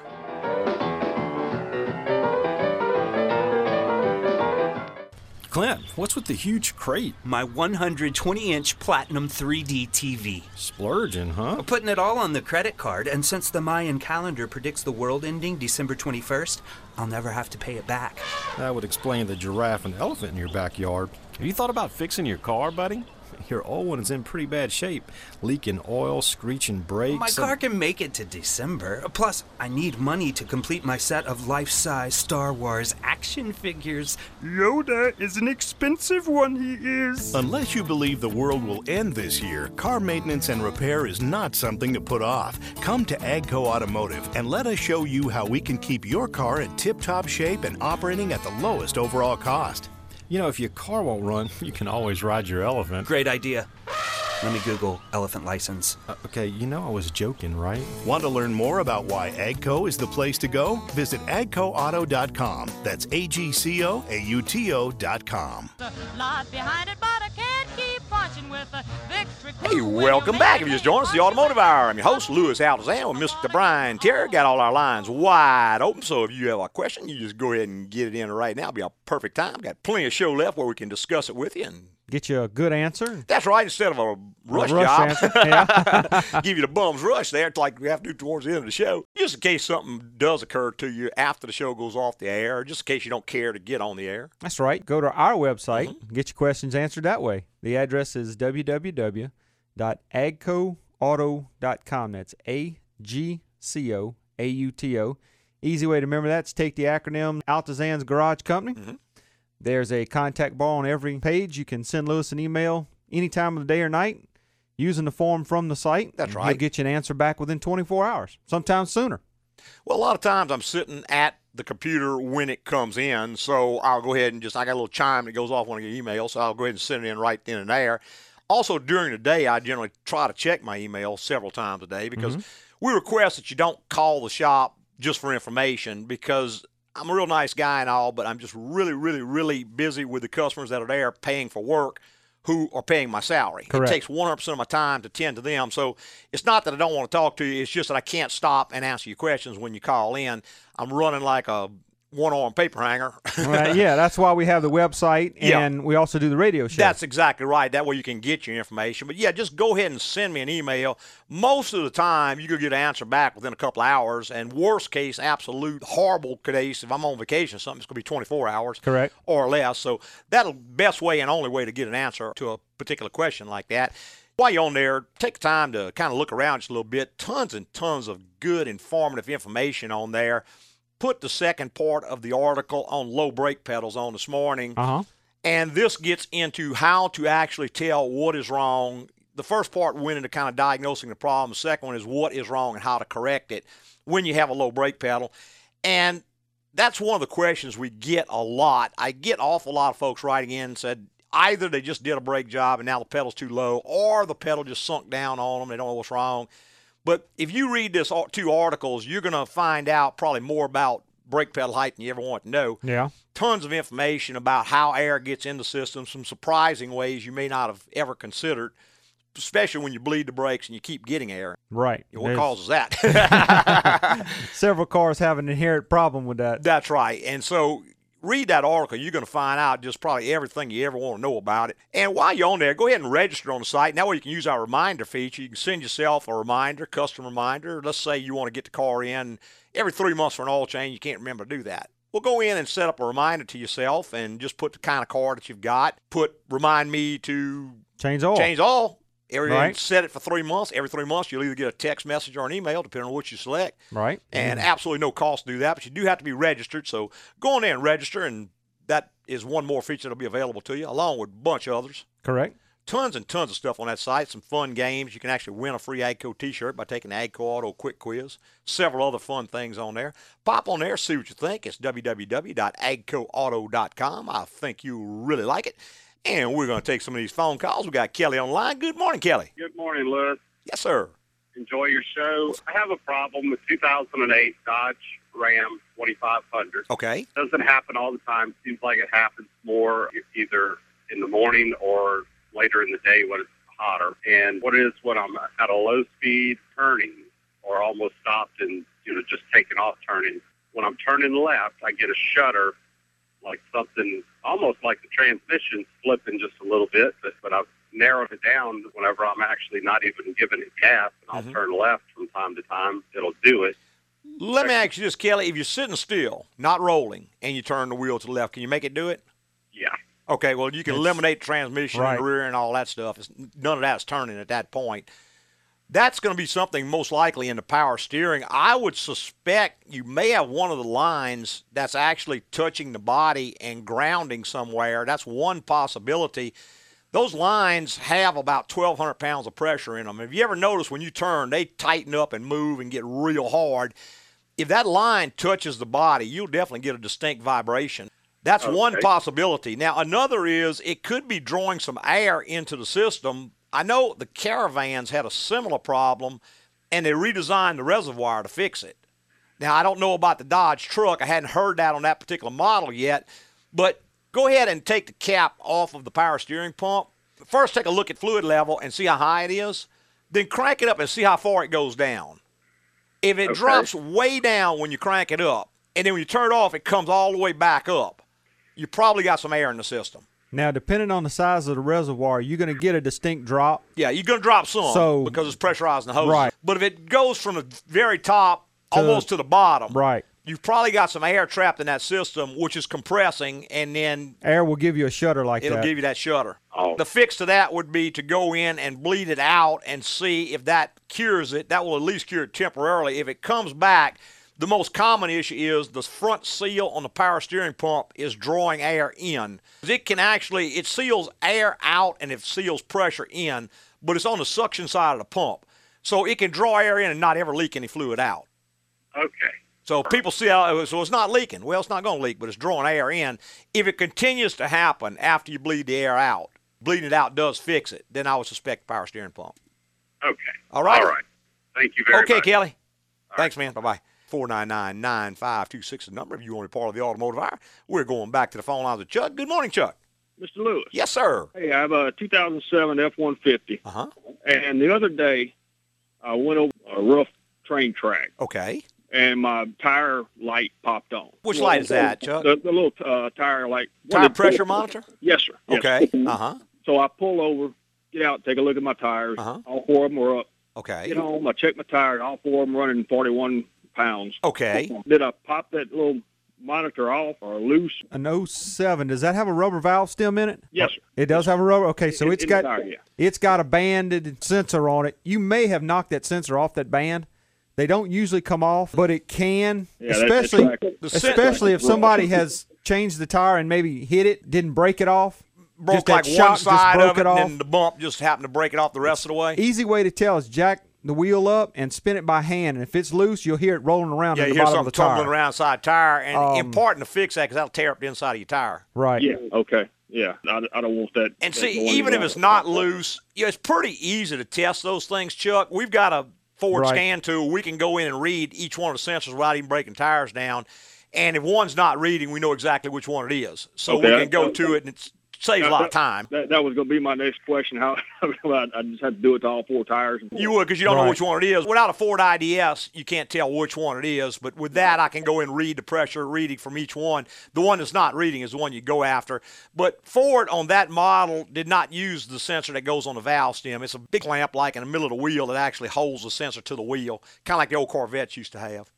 Speaker 11: Clint, what's with the huge crate? My 120 inch Platinum 3D TV. Splurging, huh? Putting it all on the credit card, and since the Mayan calendar predicts the world ending December 21st, I'll never have to pay it back.
Speaker 15: That would explain the giraffe and elephant in your backyard. Have you thought about fixing your car, buddy? Your old one is in pretty bad shape, leaking oil, screeching brakes.
Speaker 11: My
Speaker 15: and-
Speaker 11: car can make it to December. Plus, I need money to complete my set of life size Star Wars action figures. Yoda is an expensive one, he is.
Speaker 12: Unless you believe the world will end this year, car maintenance and repair is not something to put off. Come to Agco Automotive and let us show you how we can keep your car in tip top shape and operating at the lowest overall cost.
Speaker 15: You know, if your car won't run, you can always ride your elephant.
Speaker 11: Great idea. Let me Google elephant license.
Speaker 15: Uh, okay, you know I was joking, right?
Speaker 12: Want to learn more about why AGCO is the place to go? Visit agcoauto.com. That's A G C O A U T O.com.
Speaker 16: Lot behind it, but I can't keep marching with a victory.
Speaker 1: Hey, welcome back. If you just joined us, the Automotive Hour. I'm your host, Lewis Altazan, with Mr. Brian Terry. Got all our lines wide open, so if you have a question, you just go ahead and get it in right now. It'll be a perfect time. Got plenty of show left where we can discuss it with you. And
Speaker 2: Get you a good answer.
Speaker 1: that's right, instead of a rush,
Speaker 2: rush
Speaker 1: job,
Speaker 2: answer,
Speaker 1: give you the bum's rush there, like we have to do towards the end of the show, just in case something does occur to you after the show goes off the air, or just in case you don't care to get on the air.
Speaker 2: That's right. Go to our website,
Speaker 1: Mm-hmm.
Speaker 2: get your questions answered that way. The address is www.agcoauto.com. That's A G C O A U T O. Easy way to remember that is take the acronym Altazan's Garage Company.
Speaker 1: Mm-hmm.
Speaker 2: There's a contact bar on every page. You can send Lewis an email any time of the day or night using the form from the site. That's He'll
Speaker 1: right.
Speaker 2: get you an answer back within 24 hours, sometimes sooner.
Speaker 1: Well, a lot of times I'm sitting at the computer when it comes in, so I'll go ahead and just I got a little chime that goes off when I get email, so I'll go ahead and send it in right then and there. Also, during the day, I generally try to check my email several times a day because we request that you don't call the shop just for information because I'm a real nice guy and all, but I'm just really, really, really busy with the customers that are there paying for work who are paying my salary.
Speaker 2: Correct.
Speaker 1: It takes 100% of my time to tend to them. So it's not that I don't want to talk to you. It's just that I can't stop and answer your questions when you call in. I'm running like a one arm paper hanger.
Speaker 2: Right, yeah, that's why we have the website
Speaker 1: Yeah.
Speaker 2: and we also do the radio show.
Speaker 1: That's exactly right. That way you can get your information. But yeah, just go ahead and send me an email. Most of the time, you could get an answer back within a couple hours. And worst case, absolute horrible case, if I'm on vacation or something, it's going to be 24 hours.
Speaker 2: Correct.
Speaker 1: Or less. So that'll best way and only way to get an answer to a particular question like that. While you're on there, take time to kind of look around just a little bit. Tons and tons of good informative information on there. Put the second part of the article on low brake pedals on this morning.
Speaker 2: Uh huh.
Speaker 1: And this gets into how to actually tell what is wrong. The first part went into kind of diagnosing the problem. The second one is what is wrong and how to correct it when you have a low brake pedal. And That's one of the questions we get a lot. I get awful lot of folks writing in and said either they just did a brake job and now the pedal's too low, or the pedal just sunk down on them. They don't know what's wrong. But if you read this ar- two articles, you're going to find out probably more about brake pedal height than you ever want to know.
Speaker 2: Yeah.
Speaker 1: Tons of information about how air gets in the system, some surprising ways you may not have ever considered, especially when you bleed the brakes and you keep getting air.
Speaker 2: Right.
Speaker 1: What
Speaker 2: There's
Speaker 1: causes that?
Speaker 2: Several cars have an inherent problem with that.
Speaker 1: That's right. And so read that article. You're going to find out just probably everything you ever want to know about it. And while you're on there, go ahead and register on the site. Now, you can use our reminder feature. You can send yourself a reminder, custom reminder. Let's say you want to get the car in every three months for an oil change. You can't remember to do that. Well, go in and set up a reminder to yourself and just put the kind of car that you've got. Put remind me to
Speaker 2: Change oil.
Speaker 1: Change all. Every,
Speaker 2: Right.
Speaker 1: Set it for three months. Every three months, you'll either get a text message or an email, depending on what you select
Speaker 2: Right.
Speaker 1: and
Speaker 2: Mm.
Speaker 1: absolutely no cost to do that, but you do have to be registered. So go on there and register, and that is one more feature that'll be available to you, along with a bunch of others.
Speaker 2: Correct.
Speaker 1: Tons and tons of stuff on that site. Some fun games. You can actually win a free Agco T-shirt by taking the Agco Auto Quick Quiz. Several other fun things on there. Pop on there, see what you think. It's www.agcoauto.com. I think you'll really like it. And we're going to take some of these phone calls. We got Kelly online. Good morning, Kelly.
Speaker 14: Good morning, Lewis.
Speaker 1: Yes, sir.
Speaker 14: Enjoy your show. I have a problem with 2008 Dodge Ram 2500.
Speaker 1: Okay.
Speaker 14: doesn't happen all the time. Seems like it happens more either in the morning or later in the day when it's hotter. And what it is when I'm at a low speed turning or almost stopped and you know just taking off turning. When I'm turning left, I get a shudder, like something almost like the transmission slipping just a little bit. But but I've narrowed it down whenever I'm actually not even giving it gas, and
Speaker 1: Mm-hmm.
Speaker 14: I'll turn left from time to time. It'll do it.
Speaker 1: Let me ask you this, Kelly. If you're sitting still, not rolling, and you turn the wheel to the left, can you make it do it?
Speaker 14: Yeah.
Speaker 1: Okay, well, you can
Speaker 14: It's-
Speaker 1: eliminate transmission
Speaker 14: Right.
Speaker 1: and rear and all that stuff. It's, none of that's turning at that point. That's going to be something most likely in the power steering. I would suspect you may have one of the lines that's actually touching the body and grounding somewhere. That's one possibility. Those lines have about 1,200 pounds of pressure in them. Have you ever noticed when you turn, they tighten up and move and get real hard? if that line touches the body, you'll definitely get a distinct vibration. That's one
Speaker 14: Okay.
Speaker 1: possibility. Now, another is it could be drawing some air into the system. I know the caravans had a similar problem and they redesigned the reservoir to fix it. Now, I don't know about the Dodge truck. I hadn't heard that on that particular model yet, but go ahead and take the cap off of the power steering pump. First, take a look at fluid level and see how high it is. Then crank it up and see how far it goes down. If it
Speaker 14: Okay.
Speaker 1: drops way down when you crank it up, and then when you turn it off, it comes all the way back up, you probably got some air in the system.
Speaker 2: Now, depending on the size of the reservoir, you're going to get a distinct drop.
Speaker 1: Yeah, you're going to drop some
Speaker 2: So-
Speaker 1: because it's pressurizing the hose.
Speaker 2: Right.
Speaker 1: But if it goes from the very top
Speaker 2: To-
Speaker 1: almost to the bottom,
Speaker 2: Right.
Speaker 1: you've probably got some air trapped in that system, which is compressing, and then
Speaker 2: Air will give you a shudder like
Speaker 1: it'll
Speaker 2: that.
Speaker 1: give you that shutter. The fix to that would be to go in and bleed it out and see if that cures it. That will at least cure it temporarily. If it comes back, the most common issue is the front seal on the power steering pump is drawing air in. It can actually it seals air out and it seals pressure in, but it's on the suction side of the pump. So it can draw air in and not ever leak any fluid out.
Speaker 14: Okay.
Speaker 1: So people see how so it's not leaking. Well, it's not going to leak, but it's drawing air in. If it continues to happen after you bleed the air out, bleeding it out does fix it. Then I would suspect power steering pump.
Speaker 14: Okay.
Speaker 1: All right.
Speaker 14: All right. Thank you very
Speaker 1: okay,
Speaker 14: much.
Speaker 1: Kelly. Thanks, man. Bye bye. 499 9526 is the number if you want to be part of the automotive hour. We're going back to the phone lines with Chuck. Good morning, Chuck.
Speaker 17: Mr. Lewis.
Speaker 1: Yes, sir.
Speaker 17: Hey, I have a 2007 F-150.
Speaker 1: Uh huh.
Speaker 17: And the other day, I went over a rough train track,
Speaker 1: Okay.
Speaker 17: and my tire light popped on.
Speaker 1: Which light is that, Chuck?
Speaker 17: The, the little uh, tire light.
Speaker 1: Tire pressure monitor?
Speaker 17: Yes, sir. Yes.
Speaker 1: Okay. Uh huh.
Speaker 17: So I pull over, get out, take a look at my tires.
Speaker 1: Uh-huh.
Speaker 17: All four of them were up.
Speaker 1: Okay.
Speaker 17: Get home, I check my tires. All four of them running 41 pounds.
Speaker 1: Okay.
Speaker 17: Did I pop that little monitor off or loose?
Speaker 2: An 07, does that have a rubber valve stem in it?
Speaker 17: Yes, sir.
Speaker 2: It does have a rubber. Okay, so
Speaker 17: It-
Speaker 2: it's
Speaker 17: it-
Speaker 2: got
Speaker 17: sorry, yeah.
Speaker 2: it's got a banded sensor on it. You may have knocked that sensor off that band. They don't usually come off, but it can,
Speaker 17: Yeah, that- that's
Speaker 2: especially
Speaker 17: right. The sen-
Speaker 2: especially if
Speaker 17: Right.
Speaker 2: somebody has changed the tire and maybe hit it, didn't break it off,
Speaker 1: Broke
Speaker 2: just that
Speaker 1: like
Speaker 2: shock
Speaker 1: one side
Speaker 2: just broke
Speaker 1: of it,
Speaker 2: off.
Speaker 1: and then the bump just happened to break it off the rest of the way.
Speaker 2: Easy way to tell is jack the wheel up and spin it by hand. And if it's loose, you'll hear it rolling around
Speaker 1: yeah,
Speaker 2: in
Speaker 1: you
Speaker 2: the
Speaker 1: hear
Speaker 2: bottom of the
Speaker 1: something tumbling
Speaker 2: tire.
Speaker 1: around inside tire, and
Speaker 2: Um,
Speaker 1: important to fix that because that'll tear up the inside of your tire.
Speaker 2: Right.
Speaker 17: Yeah. Okay. Yeah. I, I don't want that.
Speaker 1: And
Speaker 17: that
Speaker 1: see,
Speaker 17: going
Speaker 1: even if
Speaker 17: around.
Speaker 1: it's not loose, you know, it's pretty easy to test those things, Chuck. We've got a Ford
Speaker 2: Right.
Speaker 1: scan tool. We can go in and read each one of the sensors without even breaking tires down. And if one's not reading, we know exactly which one it is. So we
Speaker 17: Okay.
Speaker 1: can go to it, and it saves a lot of time.
Speaker 17: That, that was going to be my next question. How I I just had to do it to all four tires.
Speaker 1: You would, because you don't know which one it is. Without a Ford IDS, you can't tell which one it is. But with that, I can go and read the pressure reading from each one. The one that's not reading is the one you go after. But Ford on that model did not use the sensor that goes on the valve stem. It's a big clamp like in the middle of the wheel that actually holds the sensor to the wheel, kind of like the old Corvettes used to have.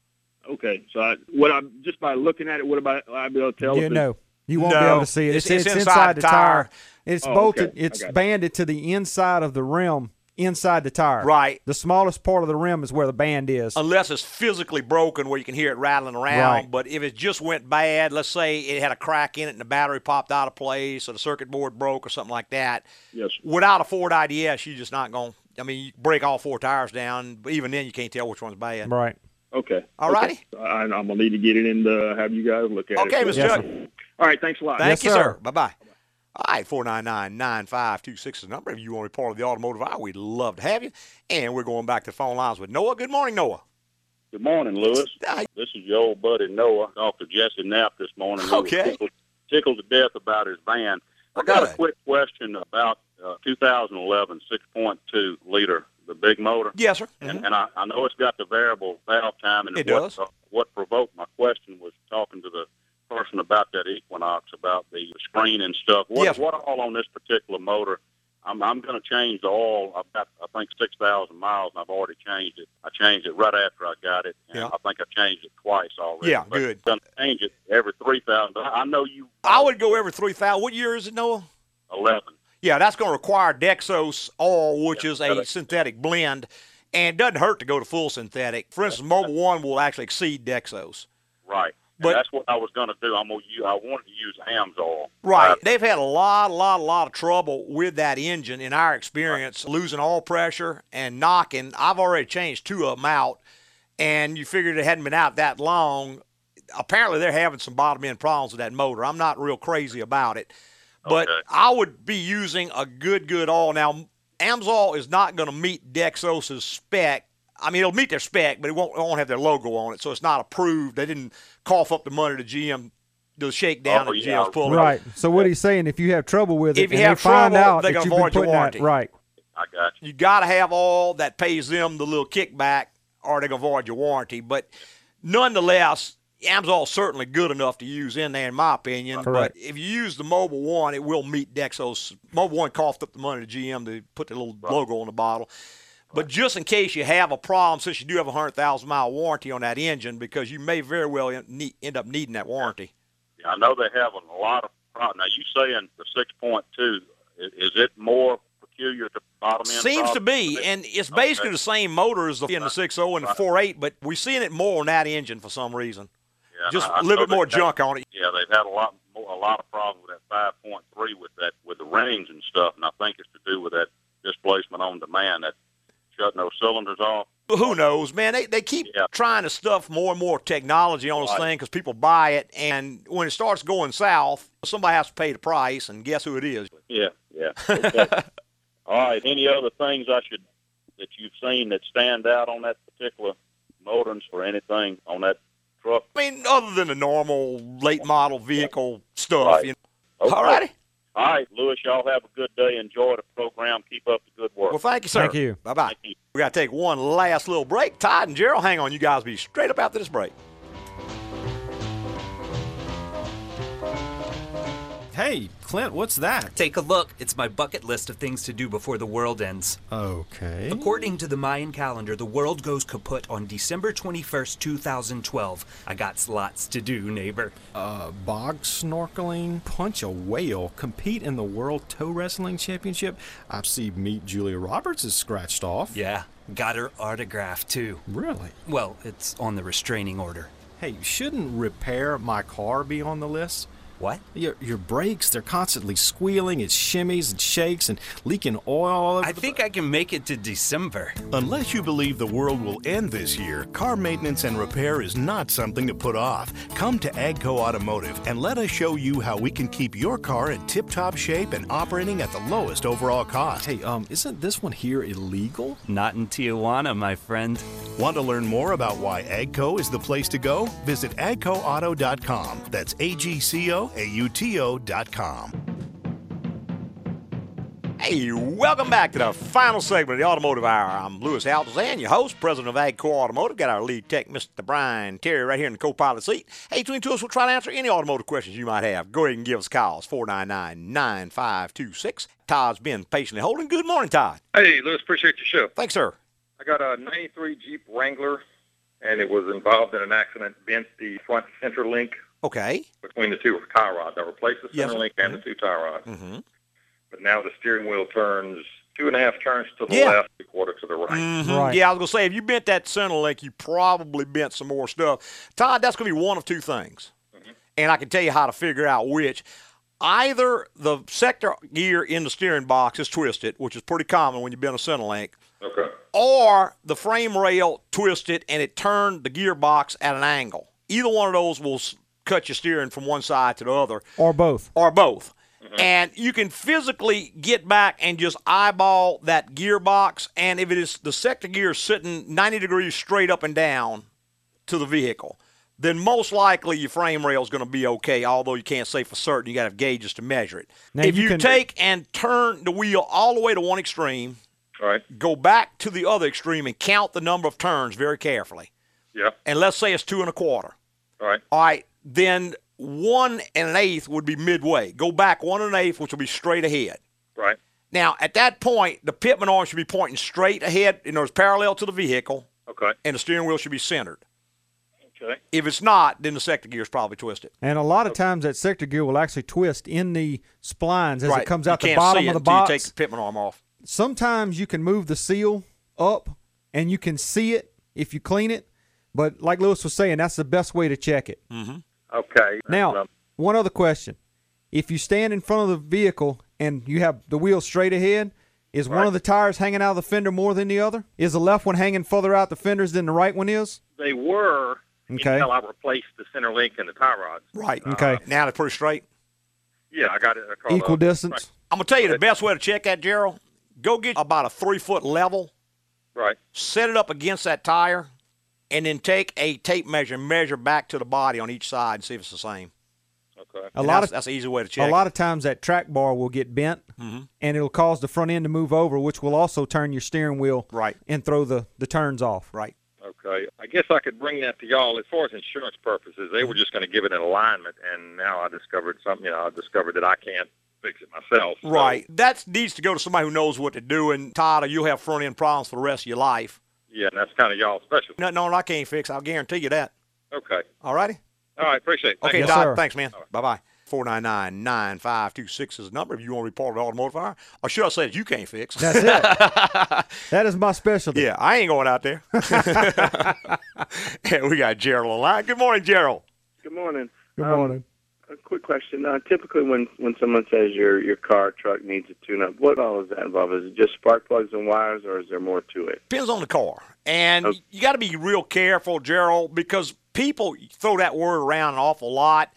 Speaker 17: Okay. So I, what I'm just by looking at it, what about I'd be able to tell?
Speaker 2: Yeah,
Speaker 17: if it-
Speaker 2: no. You won't be able to see it. It's, it's, inside, the tire. It's
Speaker 17: Oh,
Speaker 2: bolted.
Speaker 17: okay. I
Speaker 2: It's
Speaker 17: got it.
Speaker 2: banded to the inside of the rim, inside the tire.
Speaker 1: Right.
Speaker 2: The smallest part of the rim is where the band is.
Speaker 1: Unless it's physically broken where you can hear it rattling around.
Speaker 2: Right.
Speaker 1: But if it just went bad, let's say it had a crack in it and the battery popped out of place or the circuit board broke or something like that.
Speaker 17: Yes.
Speaker 1: Without a Ford IDS, you're just not going to, I mean, you break all four tires down, but even then you can't tell which one's bad.
Speaker 2: Right.
Speaker 17: Okay.
Speaker 1: All righty.
Speaker 17: Okay. I, I'm gonna need to get it and uh, have you guys look at
Speaker 1: Okay,
Speaker 17: it.
Speaker 1: Mr. Chuck.
Speaker 17: All right. Thanks a lot.
Speaker 1: Thank you, sir. Bye bye. All right, 499 9526 is the number. If you want to be part of the automotive hour, we'd love to have you. And we're going back to the phone lines with Noah. Good morning, Noah.
Speaker 18: Good morning, Lewis. This is your old buddy Noah. Talked to Jesse Knapp this morning. We were
Speaker 1: Okay.
Speaker 18: Tickled, tickled to death about his van. I got a quick question about uh, 2011 6.2 liter, the big motor.
Speaker 1: Yes, sir.
Speaker 18: Mm-hmm.
Speaker 1: Mm-hmm.
Speaker 18: And, and I, I know it's got the variable valve time. And
Speaker 1: It
Speaker 18: what,
Speaker 1: does.
Speaker 18: uh, what provoked my question was talking to the person about that Equinox, about the screen and stuff. What,
Speaker 1: Yes.
Speaker 18: what all on this particular motor? I'm, I'm going to change the oil. I've got, I think, 6,000 miles, and I've already changed it. I changed it right after I got it, and
Speaker 1: Yeah.
Speaker 18: I think I changed it twice already.
Speaker 1: Yeah, good.
Speaker 18: I'm going to change it every 3,000. I I know you
Speaker 1: I would go every 3,000. What year is it, Noah?
Speaker 18: 11.
Speaker 1: Yeah, that's going to require Dexos oil, which is a synthetic blend, and it doesn't hurt to go to full synthetic. For instance, Mobile One will actually exceed Dexos.
Speaker 18: Right. And
Speaker 1: But-
Speaker 18: that's what I was going to do. I'm gonna use, I wanted to use AMS oil.
Speaker 1: Right. They've had a lot, a lot, a lot of trouble with that engine in our experience, losing all pressure and knocking. I've already changed two of them out, and you figured it hadn't been out that long. Apparently, they're having some bottom end problems with that motor. I'm not real crazy about it, but
Speaker 18: Okay.
Speaker 1: I would be using a good, good oil. Now, Amsoil is not going to meet Dexos's spec. I mean, it'll meet their spec, but it won't, it won't have their logo on it, so it's not approved. They didn't cough up the money to GM, the shakedown
Speaker 18: Oh,
Speaker 1: that
Speaker 18: yeah.
Speaker 1: GM's pulling.
Speaker 2: Right. So what he's saying, if you have trouble with it,
Speaker 1: If you
Speaker 2: and
Speaker 1: have
Speaker 2: they find
Speaker 1: trouble,
Speaker 2: out
Speaker 1: they
Speaker 2: that
Speaker 1: can
Speaker 2: you've been
Speaker 1: void your
Speaker 2: putting that
Speaker 1: warranty.
Speaker 2: right,
Speaker 18: I got
Speaker 1: you got to have all that pays them the little kickback or they're going to void your warranty. But nonetheless, Amsoil's certainly good enough to use in there, in my opinion.
Speaker 2: Correct.
Speaker 1: But if you use the Mobile One, it will meet Dexos. Mobile One coughed up the money to GM to put the little logo on the bottle. But just in case you have a problem, since you do have a 100,000 mile warranty on that engine, because you may very well en- need- end up needing that warranty.
Speaker 18: Yeah, I know they're having a lot of problems. Now, you saying the 6.2, i- is it more peculiar to bottom end?
Speaker 1: Seems to be, and it's basically
Speaker 18: Okay.
Speaker 1: the same motor as the in the 6.0 and the
Speaker 18: Right.
Speaker 1: 4.8, but we're seeing it more on that engine for some reason.
Speaker 18: Yeah,
Speaker 1: just
Speaker 18: I- I
Speaker 1: a little
Speaker 18: know
Speaker 1: bit more
Speaker 18: they've had-
Speaker 1: junk on it.
Speaker 18: Yeah, they've had a lot more, a lot of problems with that 5.3 with that with the rings and stuff, and I think it's to do with that displacement on demand that shutting those cylinders off.
Speaker 1: But Who knows, man? They, they keep trying to stuff more and more technology on this
Speaker 18: Right.
Speaker 1: thing because people buy it, and when it starts going south, somebody has to pay the price, and guess who it is?
Speaker 18: Yeah, yeah. Okay. All right. Any other things I should that you've seen that stand out on that particular motor or anything on that truck?
Speaker 1: I mean, other than the normal late model vehicle stuff.
Speaker 18: Right.
Speaker 1: You know?
Speaker 18: Okay.
Speaker 1: All righty.
Speaker 18: All right, Lewis, y'all have a good day. Enjoy the program. Keep up the good work.
Speaker 1: Well, thank you, sir. Bye bye. We got to take one last little break. Todd and Gerald, hang on. You guys be straight up after this break.
Speaker 11: Hey, Clint, what's that?
Speaker 19: Take a look. It's my bucket list of things to do before the world ends.
Speaker 11: Okay.
Speaker 19: According to the Mayan calendar, the world goes kaput on December 21st, 2012. I got lots to do, neighbor.
Speaker 15: Uh, bog snorkeling, punch a whale, compete in the World Toe Wrestling Championship. I see meet Julia Roberts is scratched off.
Speaker 19: Yeah, got her autograph too.
Speaker 15: Really?
Speaker 19: Well, it's on the restraining order.
Speaker 15: Hey, shouldn't repair my car be on the list? What? Your, your brakes, they're constantly squealing, it shimmies and shakes and leaking oil all over
Speaker 11: I think I can make it to December.
Speaker 12: Unless you believe the world will end this year, car maintenance and repair is not something to put off. Come to Agco Automotive and let us show you how we can keep your car in tip top shape and operating at the lowest overall cost.
Speaker 15: Hey, um, isn't this one here illegal?
Speaker 12: Not in Tijuana, my friend. Want to learn more about why AGCO is the place to go? Visit agcoauto.com. That's A G C O A U T O.com.
Speaker 1: Hey, welcome back to the final segment of the Automotive Hour. I'm Lewis Altazan, your host, president of AgCore Automotive. Got our lead tech, Mr. Brian Terry, right here in the co-pilot seat. Hey, between the two of us, we'll try to answer any automotive questions you might have. Go ahead and give us calls, 499-9526. Todd's been patiently holding. Good morning, Todd.
Speaker 20: Hey, Lewis, appreciate your show.
Speaker 1: Thanks, sir.
Speaker 20: I got a 93 Jeep Wrangler, and it was involved in an accident, bent the front center link
Speaker 1: Okay.
Speaker 20: between the two tie rods. I replaced the
Speaker 1: Yes,
Speaker 20: center
Speaker 1: sir.
Speaker 20: link and the two tie rods,
Speaker 1: Mm-hmm.
Speaker 20: but now the steering wheel turns two and a half turns to the
Speaker 1: Yeah.
Speaker 20: left, a quarter to the right.
Speaker 1: Mhm. Yeah, I was gonna say if you bent that center link, you probably bent some more stuff. Todd, that's gonna be one of two things, and I can tell you how to figure out which. Either the sector gear in the steering box is twisted, which is pretty common when you bend a center link,
Speaker 20: Okay.
Speaker 1: or the frame rail twisted and it turned the gearbox at an angle. Either one of those will s- cut your steering from one side to the other
Speaker 2: Or both.
Speaker 1: or both. And you can physically get back and just eyeball that gearbox. And if it is the sector gear is sitting 90 degrees straight up and down to the vehicle, then most likely your frame rail is going to be okay, although you can't say for certain. You got to have gauges to measure it.
Speaker 2: Now,
Speaker 1: if
Speaker 2: you
Speaker 1: you
Speaker 2: can-
Speaker 1: take and turn the wheel all the way to one extreme, go back to the other extreme and count the number of turns very carefully.
Speaker 20: Yeah.
Speaker 1: And let's say it's two and a quarter.
Speaker 20: All right.
Speaker 1: All right, then one and an eighth would be midway. Go back one and an eighth, which will be straight ahead.
Speaker 20: Right.
Speaker 1: Now, at that point, the pitman arm should be pointing straight ahead, in other words, parallel to the vehicle.
Speaker 20: Okay.
Speaker 1: And the steering wheel should be centered.
Speaker 20: Okay.
Speaker 1: If it's not, then the sector gear is probably twisted.
Speaker 2: And a lot of times that sector gear will actually twist in the splines as
Speaker 1: right.
Speaker 2: it comes
Speaker 1: You
Speaker 2: out the
Speaker 1: can't
Speaker 2: bottom
Speaker 1: see
Speaker 2: of
Speaker 1: it
Speaker 2: the
Speaker 1: until
Speaker 2: box.
Speaker 1: You take the pitman arm off.
Speaker 2: sometimes you can move the seal up and you can see it if you clean it. But like Lewis was saying, that's the best way to check it.
Speaker 1: Mm-hmm.
Speaker 20: Okay.
Speaker 2: Now, one other question. If you stand in front of the vehicle and you have the wheel straight ahead, is one of the tires hanging out of the fender more than the other? Is the left one hanging further out the fenders than the right one is?
Speaker 20: They were
Speaker 2: Okay.
Speaker 20: until I replaced the center link and the tie rods.
Speaker 1: Right. Uh,
Speaker 2: Okay.
Speaker 1: Now they're pretty straight.
Speaker 20: Yeah, I got it. I called
Speaker 2: Equal
Speaker 20: up.
Speaker 2: distance.
Speaker 1: I'm going to tell you the best way to check that, Gerald. Go get about a three foot level,
Speaker 20: Right.
Speaker 1: set it up against that tire, and then take a tape measure and measure back to the body on each side and see if it's the same.
Speaker 20: Okay.
Speaker 2: A lot of-
Speaker 1: that's, that's an easy way to check.
Speaker 2: A lot of times that track bar will get bent
Speaker 1: Mhm.
Speaker 2: and it'll cause the front end to move over, which will also turn your steering wheel
Speaker 1: right
Speaker 2: and throw the, the turns off.
Speaker 1: Right.
Speaker 20: Okay. I guess I could bring that to y'all as far as insurance purposes. They were just going to give it an alignment, and now I discovered something. You know, I discovered that I can't fix it myself. So,
Speaker 1: Right. That needs to go to somebody who knows what to do. And Todd, or you'll have front end problems for the rest of your life.
Speaker 20: yeah, and that's kind of y'all special.
Speaker 1: No, no, I can't fix. I'll guarantee you that.
Speaker 20: Okay.
Speaker 1: All righty.
Speaker 20: All right. Appreciate it. Thank
Speaker 1: Okay,
Speaker 20: you.
Speaker 1: Todd. Thanks, man. Bye bye. 499 9526 is the number if you want to report an automotive fire. Or should I say that you can't fix?
Speaker 2: That's it. that is my specialty.
Speaker 1: yeah, I ain't going out there. Yeah, we got Gerald online. Good morning, Gerald.
Speaker 21: Good morning.
Speaker 2: Good
Speaker 21: Um,
Speaker 2: morning.
Speaker 21: A quick question. Uh, typically, when when someone says your your car truck needs a tune up, what all does that involve? Is it just spark plugs and wires, or is there more to it?
Speaker 1: Depends on the car. And you got to be real careful, Gerald, because people throw that word around an awful lot.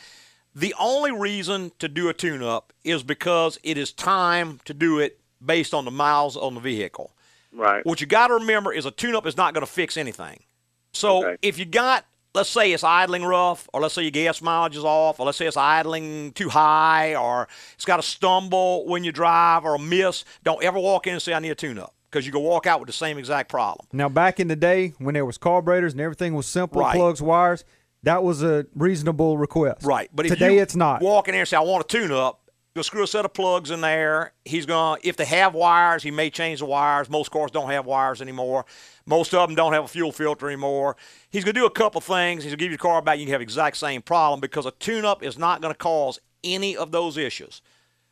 Speaker 1: The only reason to do a tune up is because it is time to do it based on the miles on the vehicle.
Speaker 21: Right.
Speaker 1: What you got to remember is a tune up is not going to fix anything. So if you got, let's say it's idling rough, or let's say your gas mileage is off, or let's say it's idling too high, or it's got a stumble when you drive or a miss, don't ever walk in and say, I need a tune up because you can walk out with the same exact problem.
Speaker 2: Now, back in the day when there was carburetors and everything was simple,
Speaker 1: Right.
Speaker 2: plugs, wires, that was a reasonable request.
Speaker 1: Right. But if
Speaker 2: today
Speaker 1: you
Speaker 2: it's not.
Speaker 1: Walk in there and say, I want a tune up. You'll screw a set of plugs in there. He's going to, if they have wires, he may change the wires. Most cars don't have wires anymore. Most of them don't have a fuel filter anymore. He's going to do a couple things. He's going to give your car back. You can have exact same problem because a tune up is not going to cause any of those issues.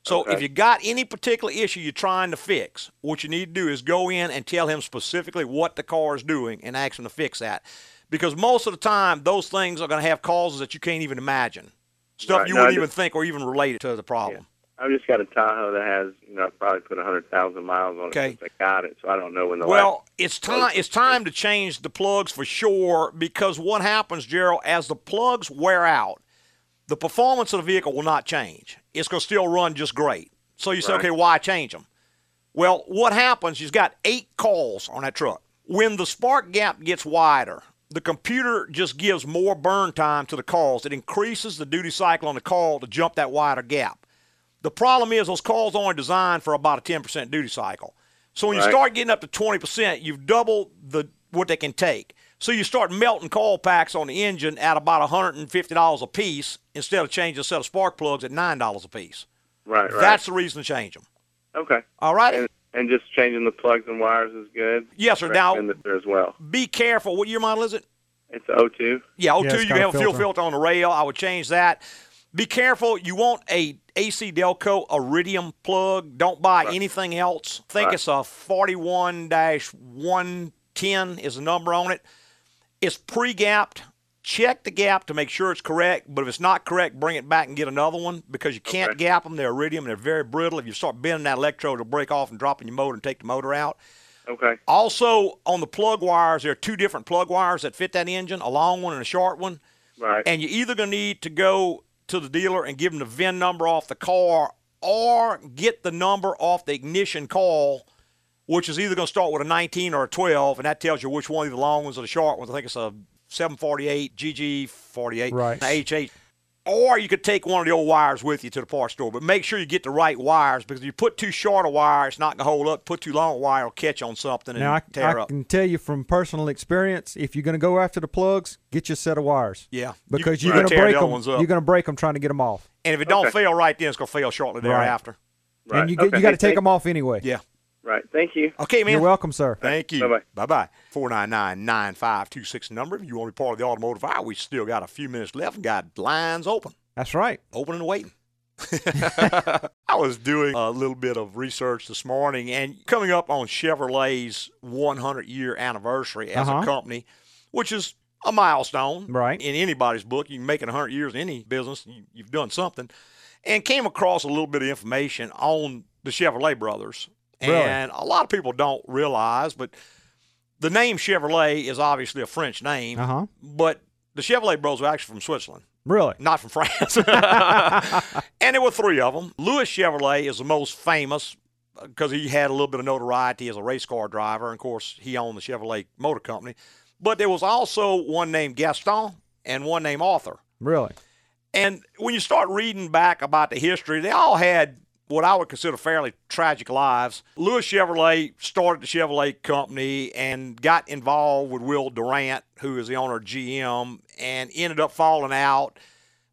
Speaker 1: So if you got any particular issue you're trying to fix, what you need to do is go in and tell him specifically what the car is doing and ask him to fix that. Because most of the time, those things are going to have causes that you can't even imagine. Stuff
Speaker 21: Right,
Speaker 1: you
Speaker 21: no, I
Speaker 1: wouldn't even
Speaker 21: just-
Speaker 1: think or even relate it to the problem.
Speaker 21: I've just got a Tahoe that has, you know, I probably put a hundred thousand miles on
Speaker 1: Okay.
Speaker 21: it since I got it, so I don't know when the last
Speaker 1: Well, it's time it's time to change the plugs for sure because what happens, Gerald, as the plugs wear out, the performance of the vehicle will not change. It's going to still run just great. So you say,
Speaker 3: Right.
Speaker 1: okay, why change them? Well, what happens? You've got eight calls on that truck. When the spark gap gets wider, the computer just gives more burn time to the calls. It increases the duty cycle on the call to jump that wider gap. The problem is those calls only designed for about a 10% duty cycle. So when you
Speaker 3: Right.
Speaker 1: start getting up to 20%, you've doubled the what they can take. So you start melting coil packs on the engine at about $150 a piece instead of changing a set of spark plugs at $9 a piece.
Speaker 21: Right, right.
Speaker 1: That's the reason to change them.
Speaker 21: Okay.
Speaker 1: All right.
Speaker 21: And, and just changing the plugs and wires is good.
Speaker 1: Yes, sir. Now-
Speaker 21: Recommend it there as well.
Speaker 1: Be careful. What year model is it?
Speaker 21: It's O two.
Speaker 1: Yeah, O2, you can have a fuel filter on the rail. I would change that. Be careful. You want a AC Delco Iridium plug. Don't buy anything else. think
Speaker 3: Right.
Speaker 1: it's a 41 110 is the number on it. It's pre gapped. Check the gap to make sure it's correct. But if it's not correct, bring it back and get another one because you can't gap them. They're iridium and they're very brittle. If you start bending that electrode, it'll break off and drop in your motor and take the motor out.
Speaker 21: Okay.
Speaker 1: Also, on the plug wires, there are two different plug wires that fit that engine a long one and a short one.
Speaker 21: Right.
Speaker 1: And you're either going to need to go to the dealer and give them the VIN number off the car or get the number off the ignition call, which is either going to start with a 19 or a 12, and that tells you which one of the long ones or the short ones. I think it's a 748, GG48,
Speaker 2: Right.
Speaker 1: and HH. Or you could take one of the old wires with you to the parts store, but make sure you get the right wires because if you put too short a wire, it's not going to hold up. Put too long a wire, will catch on something and
Speaker 2: Now, I,
Speaker 1: tear
Speaker 2: I
Speaker 1: up.
Speaker 2: can tell you from personal experience, if you're going to go after the plugs, get your set of wires.
Speaker 1: Yeah. You-
Speaker 2: because
Speaker 1: you
Speaker 2: you, are going
Speaker 1: tear
Speaker 2: to
Speaker 1: the
Speaker 2: break
Speaker 1: other
Speaker 2: them.
Speaker 1: ones up.
Speaker 2: You're going to break them trying to get them off.
Speaker 1: And if it don't
Speaker 21: Okay.
Speaker 1: fail right then, it's going to fail shortly
Speaker 2: Right.
Speaker 1: thereafter.
Speaker 2: And you, get you got to take them off anyway.
Speaker 1: Yeah.
Speaker 21: Right. Thank you.
Speaker 1: Okay, man.
Speaker 2: You're welcome, sir.
Speaker 1: Thank you. Bye bye. Bye bye. 499 9526 number. If you want to be part of the automotive hour, we still got a few minutes left and got lines open.
Speaker 2: That's right.
Speaker 1: Open and waiting. I was doing a little bit of research this morning and coming up on Chevrolet's 100 year anniversary as
Speaker 2: Uh-huh.
Speaker 1: a company, which is a milestone
Speaker 2: Right.
Speaker 1: in anybody's book. You can make it 100 years in any business, you, you've done something. And came across a little bit of information on the Chevrolet brothers.
Speaker 3: Really?
Speaker 1: And a lot of people don't realize, but the name Chevrolet is obviously a French name,
Speaker 2: Uh-huh.
Speaker 1: but the Chevrolet brothers are actually from Switzerland.
Speaker 2: Really?
Speaker 1: Not from France. and there were three of them. Louis Chevrolet is the most famous because he had a little bit of notoriety as a race car driver. And of course, he owned the Chevrolet Motor Company. But there was also one named Gaston and one named Arthur.
Speaker 2: Really?
Speaker 1: And when you start reading back about the history, they all had what I would consider fairly tragic lives. Louis Chevrolet started the Chevrolet company and got involved with Will Durant, who is the owner of GM, and ended up falling out.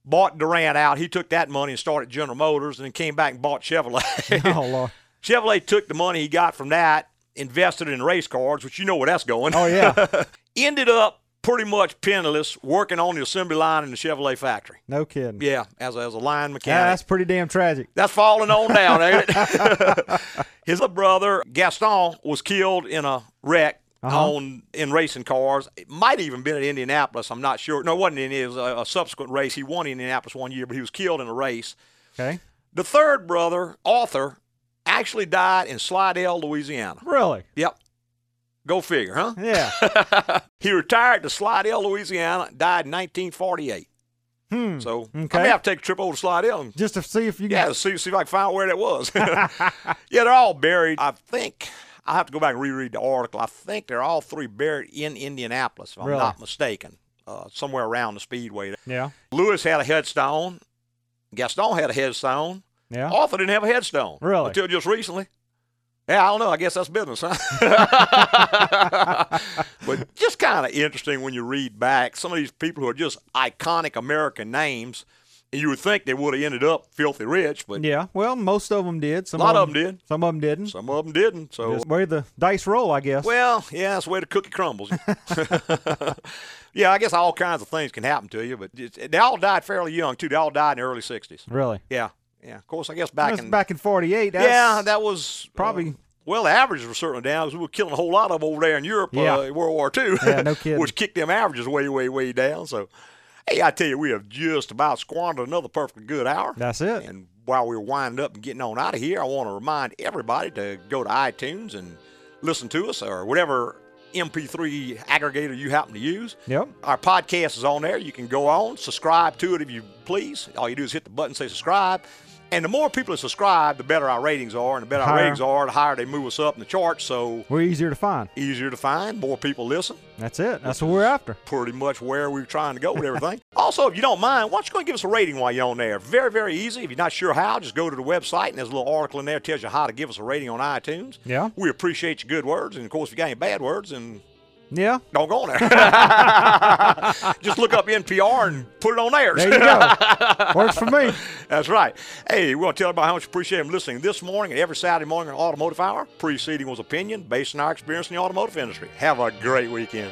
Speaker 1: Bought Durant out. He took that money and started General Motors and then came back and bought Chevrolet.
Speaker 2: Oh, Lord.
Speaker 1: Chevrolet took the money he got from that, invested in race cars, which you know where that's going. Oh,
Speaker 2: yeah.
Speaker 1: Ended up pretty much penniless, working on the assembly line in the Chevrolet factory.
Speaker 2: No kidding.
Speaker 1: Yeah, as a, as a line
Speaker 2: Yeah,
Speaker 1: mechanic.
Speaker 2: that's pretty damn tragic.
Speaker 1: that's falling on down, ain't it? His other brother Gaston was killed in a wreck
Speaker 3: Uh-huh.
Speaker 1: on in racing cars. It might even been at Indianapolis. I'm not sure. No, it wasn't. In, it was a, a subsequent race. He won Indianapolis one year, but he was killed in a race.
Speaker 2: Okay.
Speaker 1: The third brother, Arthur, actually died in Slidell, Louisiana.
Speaker 2: Really?
Speaker 1: Yep. Go figure, huh?
Speaker 2: Yeah.
Speaker 1: he retired to Slidell, Louisiana. Died in 1948.
Speaker 2: Hmm.
Speaker 1: So I
Speaker 2: Okay.
Speaker 1: may have to take a trip over to Slidell and
Speaker 2: Just to see if you
Speaker 1: yeah,
Speaker 2: can.
Speaker 1: see, see if I can find where that was. yeah, they're all buried. I think I have to go back and reread the article. I think they're all three buried in Indianapolis, if I'm
Speaker 2: Really?
Speaker 1: not mistaken, uh, somewhere around the speedway.
Speaker 2: Yeah.
Speaker 1: Lewis had a headstone. Gaston had a headstone.
Speaker 2: Yeah.
Speaker 1: Arthur didn't have a headstone
Speaker 2: Really?
Speaker 1: until just recently. Yeah, I don't know. I guess that's business, huh? but just kind of interesting when you read back some of these people who are just iconic American names, and you would think they would have ended up filthy rich, but
Speaker 2: Yeah. Well, most of them did. Some
Speaker 1: Lot
Speaker 2: of 'em
Speaker 1: of 'em did.
Speaker 2: Some of them didn't.
Speaker 1: some of them didn't. So,
Speaker 2: Just where the dice roll, I guess.
Speaker 1: well, yeah, that's where the cookie crumbles. yeah, I guess all kinds of things can happen to you, but it's, they all died fairly young too. They all died in the early '60s.
Speaker 2: really?
Speaker 1: Yeah, yeah. Of course, I guess
Speaker 2: Back
Speaker 1: back
Speaker 2: that's
Speaker 1: in
Speaker 2: back in 48. That's,
Speaker 1: yeah, that was
Speaker 2: probably-
Speaker 1: uh, well, the averages were certainly down because we were killing a whole lot of them over there in Europe
Speaker 2: Yeah.
Speaker 1: uh, in World War II,
Speaker 2: Yeah, no kidding.
Speaker 1: which kicked them averages way, way, way down. So, Hey, I tell you, we have just about squandered another perfectly good hour.
Speaker 2: That's it.
Speaker 1: And while we're winding up and getting on out of here, I want to remind everybody to go to iTunes and listen to us or whatever MP3 aggregator you happen to use.
Speaker 2: Yep.
Speaker 1: Our podcast is on there. You can go on, subscribe to it if you please. All you do is hit the button, say subscribe. And the more people that subscribe, the better our ratings are. And the better our
Speaker 2: Higher.
Speaker 1: ratings are, the higher they move us up in the charts. So
Speaker 2: We're easier to find.
Speaker 1: easier to find, more people listen.
Speaker 2: That's it. That's what we're after.
Speaker 1: Pretty much where we're trying to go with everything. also, if you don't mind, why don't you go and give us a rating while you're on there? Very, very easy. If you're not sure how, just go to the website and there's a little article in there that tells you how to give us a rating on iTunes.
Speaker 2: Yeah.
Speaker 1: We appreciate your good words, and of course, if you got any bad words, then
Speaker 2: Yeah.
Speaker 1: don't go on there. Just look up NPR and put it on theirs.
Speaker 2: There you go. Works for me.
Speaker 1: That's right. Hey, we want to tell everybody how much we appreciate them listening this morning and every Saturday morning on Automotive Hour. Preceding was opinion based on our experience in the automotive industry. Have a great weekend.